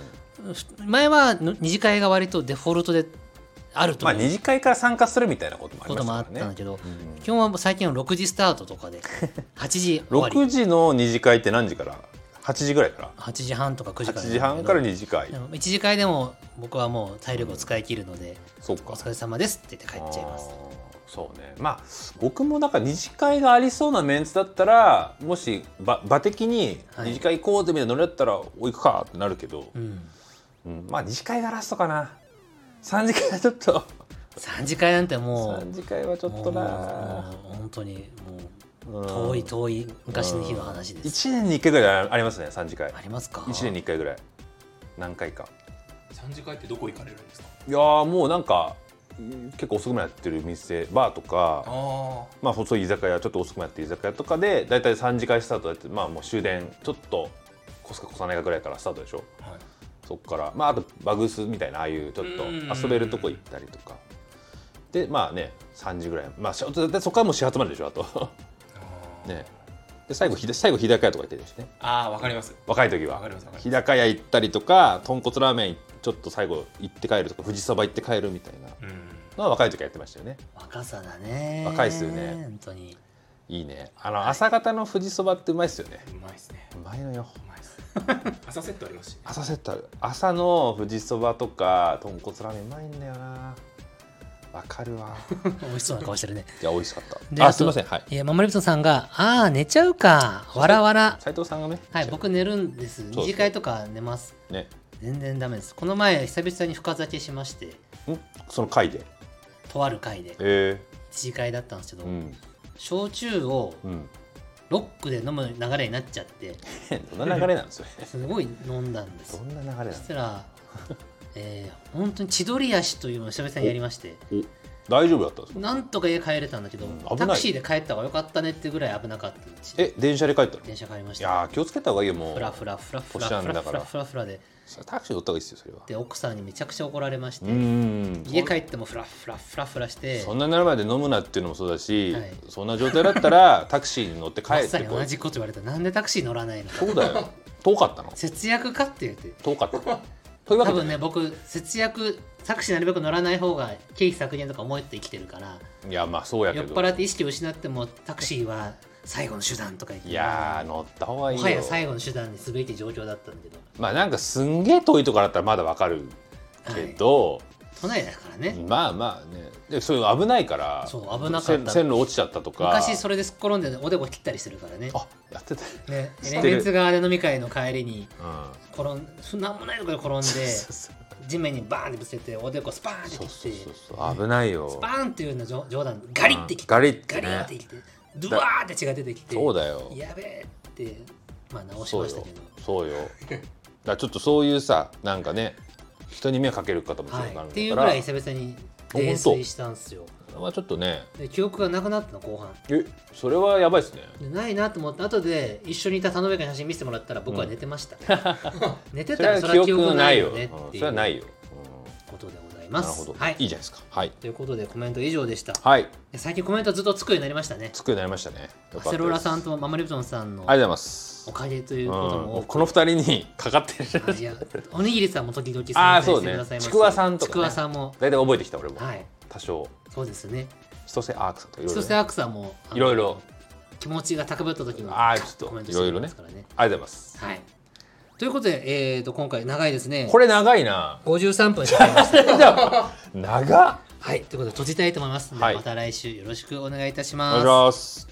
S1: ふ前はの二次会が割とデフォルトであると
S2: まあ
S1: いう
S2: 二次会から参加するみたいなこともあ
S1: こ
S2: り
S1: ともあ
S2: ま
S1: っ
S2: すか
S1: たん
S2: ら
S1: だ
S2: ね
S1: けど、基本はもう最近は6時スタートとかで8時終わり
S2: 6時の二次会って何時から8時ぐらいから
S1: 8時半とか9時から
S2: 8時半から二次会
S1: でも1次会でも僕はもう体力を使い切るので、
S2: そっか
S1: お疲れ様ですって言って帰っちゃいます
S2: あーそうねまあ僕もだから二次会がありそうなメンツだったらもしば場的に
S1: はい
S2: 二次会行こうぜみたいなノリだったら「お行くか」ってなるけど、
S1: うん
S2: うんまあ二次会がラストかな3次会はちょっと
S1: 3次会なんても う
S2: 3次会はちょっ
S1: も
S2: と
S1: うも
S2: な
S1: う本当にも
S2: うん
S1: う遠い遠い昔の日の話です、
S2: 1年に1回ぐらいありますね3次会
S1: ありますか
S2: 1年に1回ぐらい何回か
S3: 三次会ってどこ行かれるんですか
S2: いやーもうなんか結構遅くまでやってる店バーとか
S3: あ
S2: まあ、細い居酒屋ちょっと遅くなって居酒屋とかで大体3時間スタートだって、まあ、もう終電ちょっと越すか越さないかぐらいからスタートでしょ
S3: あ、はい、
S2: そっから、まあ、あとバグスみたいなああいうちょっ
S3: うん
S2: と遊べるとこ行ったりとかでまあね3時ぐらい、まあ、しょでそこからもう始発まででしょあと ねで最後ひだ最後日高屋とか行ってるしね
S3: あーわかります
S2: 若い時は
S3: わかりますわかり
S2: 日高屋行ったりとか豚骨ラーメンちょっと最後行って帰るとか富士そば行って帰るみたいな
S3: うん
S2: のは若い時はやってましたよね
S1: 若さだね
S2: 若いっすよね
S1: 本当に
S2: いいねあの朝方の富士そばってうまいっすよね
S3: うまいですね
S2: うまいのよ
S3: うまいです 朝セットありますしね
S2: 朝セットある朝の富士そばとか豚骨ラーメンうまいんだよなわかるわ
S1: 美味しそうな顔してるね
S2: いや美味しかっ
S1: で
S2: たあ
S1: あと
S2: すいませんはい
S1: いやママリプトさんが「ああ寝ちゃうかわらわら
S2: 斉藤さんがね」
S1: はい僕寝るんです
S2: そう
S1: 二次会とか寝ます
S2: ね
S1: 全然ダメですこの前久々に深酒しまして
S2: んその回で
S1: とある会で
S2: え
S1: 一次会だったんですけど、
S2: えうん
S1: 焼酎を
S2: うん
S1: ロックで飲む流れになっちゃって
S2: どんな流れなんですよね
S1: すごい飲んだんです
S2: どんな流れなんで
S1: そし
S2: す
S1: たら、えー、本当に千鳥足というのを久々にやりまして
S2: 大丈夫だったんですか
S1: なんとか家帰れたんだけど、
S2: ん危ない
S1: タクシーで帰った方が良かったねってぐらい危なかったんです
S2: え電車で帰ったのい
S1: 電車帰りまし
S2: や
S1: た
S2: ー気をつけた方がいいよもう
S1: フラフラフラフラ
S2: 年なん
S1: フラ
S2: だ
S1: フ
S2: から
S1: ラフラフラで
S2: それタクシー乗った方がいいですよそれは
S1: で奥さんにめちゃくちゃ怒られまして、
S2: うーん
S1: 家帰ってもフラフラフラフラして
S2: そんなになるまで飲むなっていうのもそうだし、
S1: はい
S2: そんな状態だっ たらタクシーに乗って帰
S1: ま
S2: っ
S1: さ
S2: て
S1: に
S2: こ
S1: 同
S2: い
S1: じこと言われたなんでタクシー乗らないの
S2: そうだよ遠かったの
S1: 節約かって言って
S2: 遠かった のというわ
S1: 多
S2: けで
S1: 分ね僕節約タクシーなるべく乗らない方が経費削減とか思って生きてるから
S2: いやまあそうやけ
S1: 酔
S2: ど
S1: っ払って意識を失ってもタクシーは最後の手段とか言って
S2: いやー乗った方がいい
S1: も
S2: よ
S1: はや最後の手段にすべき状況だったんだけど
S2: まあなんかすんげえ遠いとこだったらまだわかるけど、
S1: 都内だからね
S2: まあまあねでそういうの危ないから
S1: そう危なかった
S2: せん線路落ちちゃったとか
S1: 昔それですっ転んでおでこ切ったりしてるからね
S2: あやってた、
S1: ね
S2: 知って
S1: エ
S2: る
S1: レメンツ側で飲み会の帰りに
S2: うん
S1: 転んそんなんもないとこで転んで
S2: そうそう
S1: 地面にバーンってぶつけておでこスパーンって
S2: そう
S1: 切
S2: そう
S1: って
S2: そうそう危ないよ
S1: スパーンっていうの冗冗談ガリって切って
S2: ガリッて
S1: ガ
S2: ね
S1: リって切ってドゥワーって血が出てきて
S2: そうだよ
S1: やべえって、まあ、直し
S2: そ
S1: ま
S2: う
S1: した
S2: よ
S1: けど。
S2: そうよだからちょっとそういうさなんかね人に迷惑かける方もちろん
S1: は
S2: あるんだから、
S1: い、っていうぐらい久々に泥酔したんですよ。
S2: それはちょっとね
S1: で記憶がなくなったの後半
S2: えそれはやばいですね
S1: でないなと思って後で一緒にいた田辺君の写真見せてもらったら僕は寝てま した、 寝てたらそれは記憶ないよね
S2: うん
S1: って
S2: そ
S1: い
S2: れはな
S1: う
S2: いよ、
S1: ことでござい
S2: うん
S1: ま
S2: なるほ
S1: す
S2: ど、、
S1: はい
S2: い
S1: い、
S2: じゃないですかはい
S1: ということでコメント以上でした
S2: はい
S1: で最近コメントずっとつくようになりましたね
S2: つくようになりましたねよかったです
S1: セロラさんとママリプトンさんの
S2: ありがとうございます
S1: おかげという
S2: うん
S1: ことも
S2: も
S1: 多
S2: う
S1: く
S2: この二人にかかってる
S1: あいやおにぎりさんも時々参
S2: あ
S1: 加
S2: ーそう
S1: して
S2: ね
S1: くださいました
S2: ちくわさんとか
S1: ち
S2: ね
S1: くわさんも
S2: 大体覚えてきた俺も、
S1: はい
S2: 多少
S1: そうですね
S2: 千歳アークさんとかいろい
S1: そ
S2: ろ
S1: し
S2: ね、
S1: てアクさんもあの
S2: いろいろ
S1: 気持ちが高ぶった時の
S2: あーちょっ
S1: コメン
S2: と
S1: ト
S2: い
S1: して
S2: ろ
S1: く
S2: い
S1: れ
S2: ろ
S1: ま
S2: ね
S1: すからね。
S2: ありがとうございます
S1: はい、ということで、えー、と今回長いですね。
S2: これ長いな
S1: 53分しかいました。
S2: 長っ
S1: はい、ということで閉じたいと思いますので、
S2: はい
S1: また来週よろしくお願いいたし
S2: お
S1: ま
S2: 願い
S1: す
S2: し。ます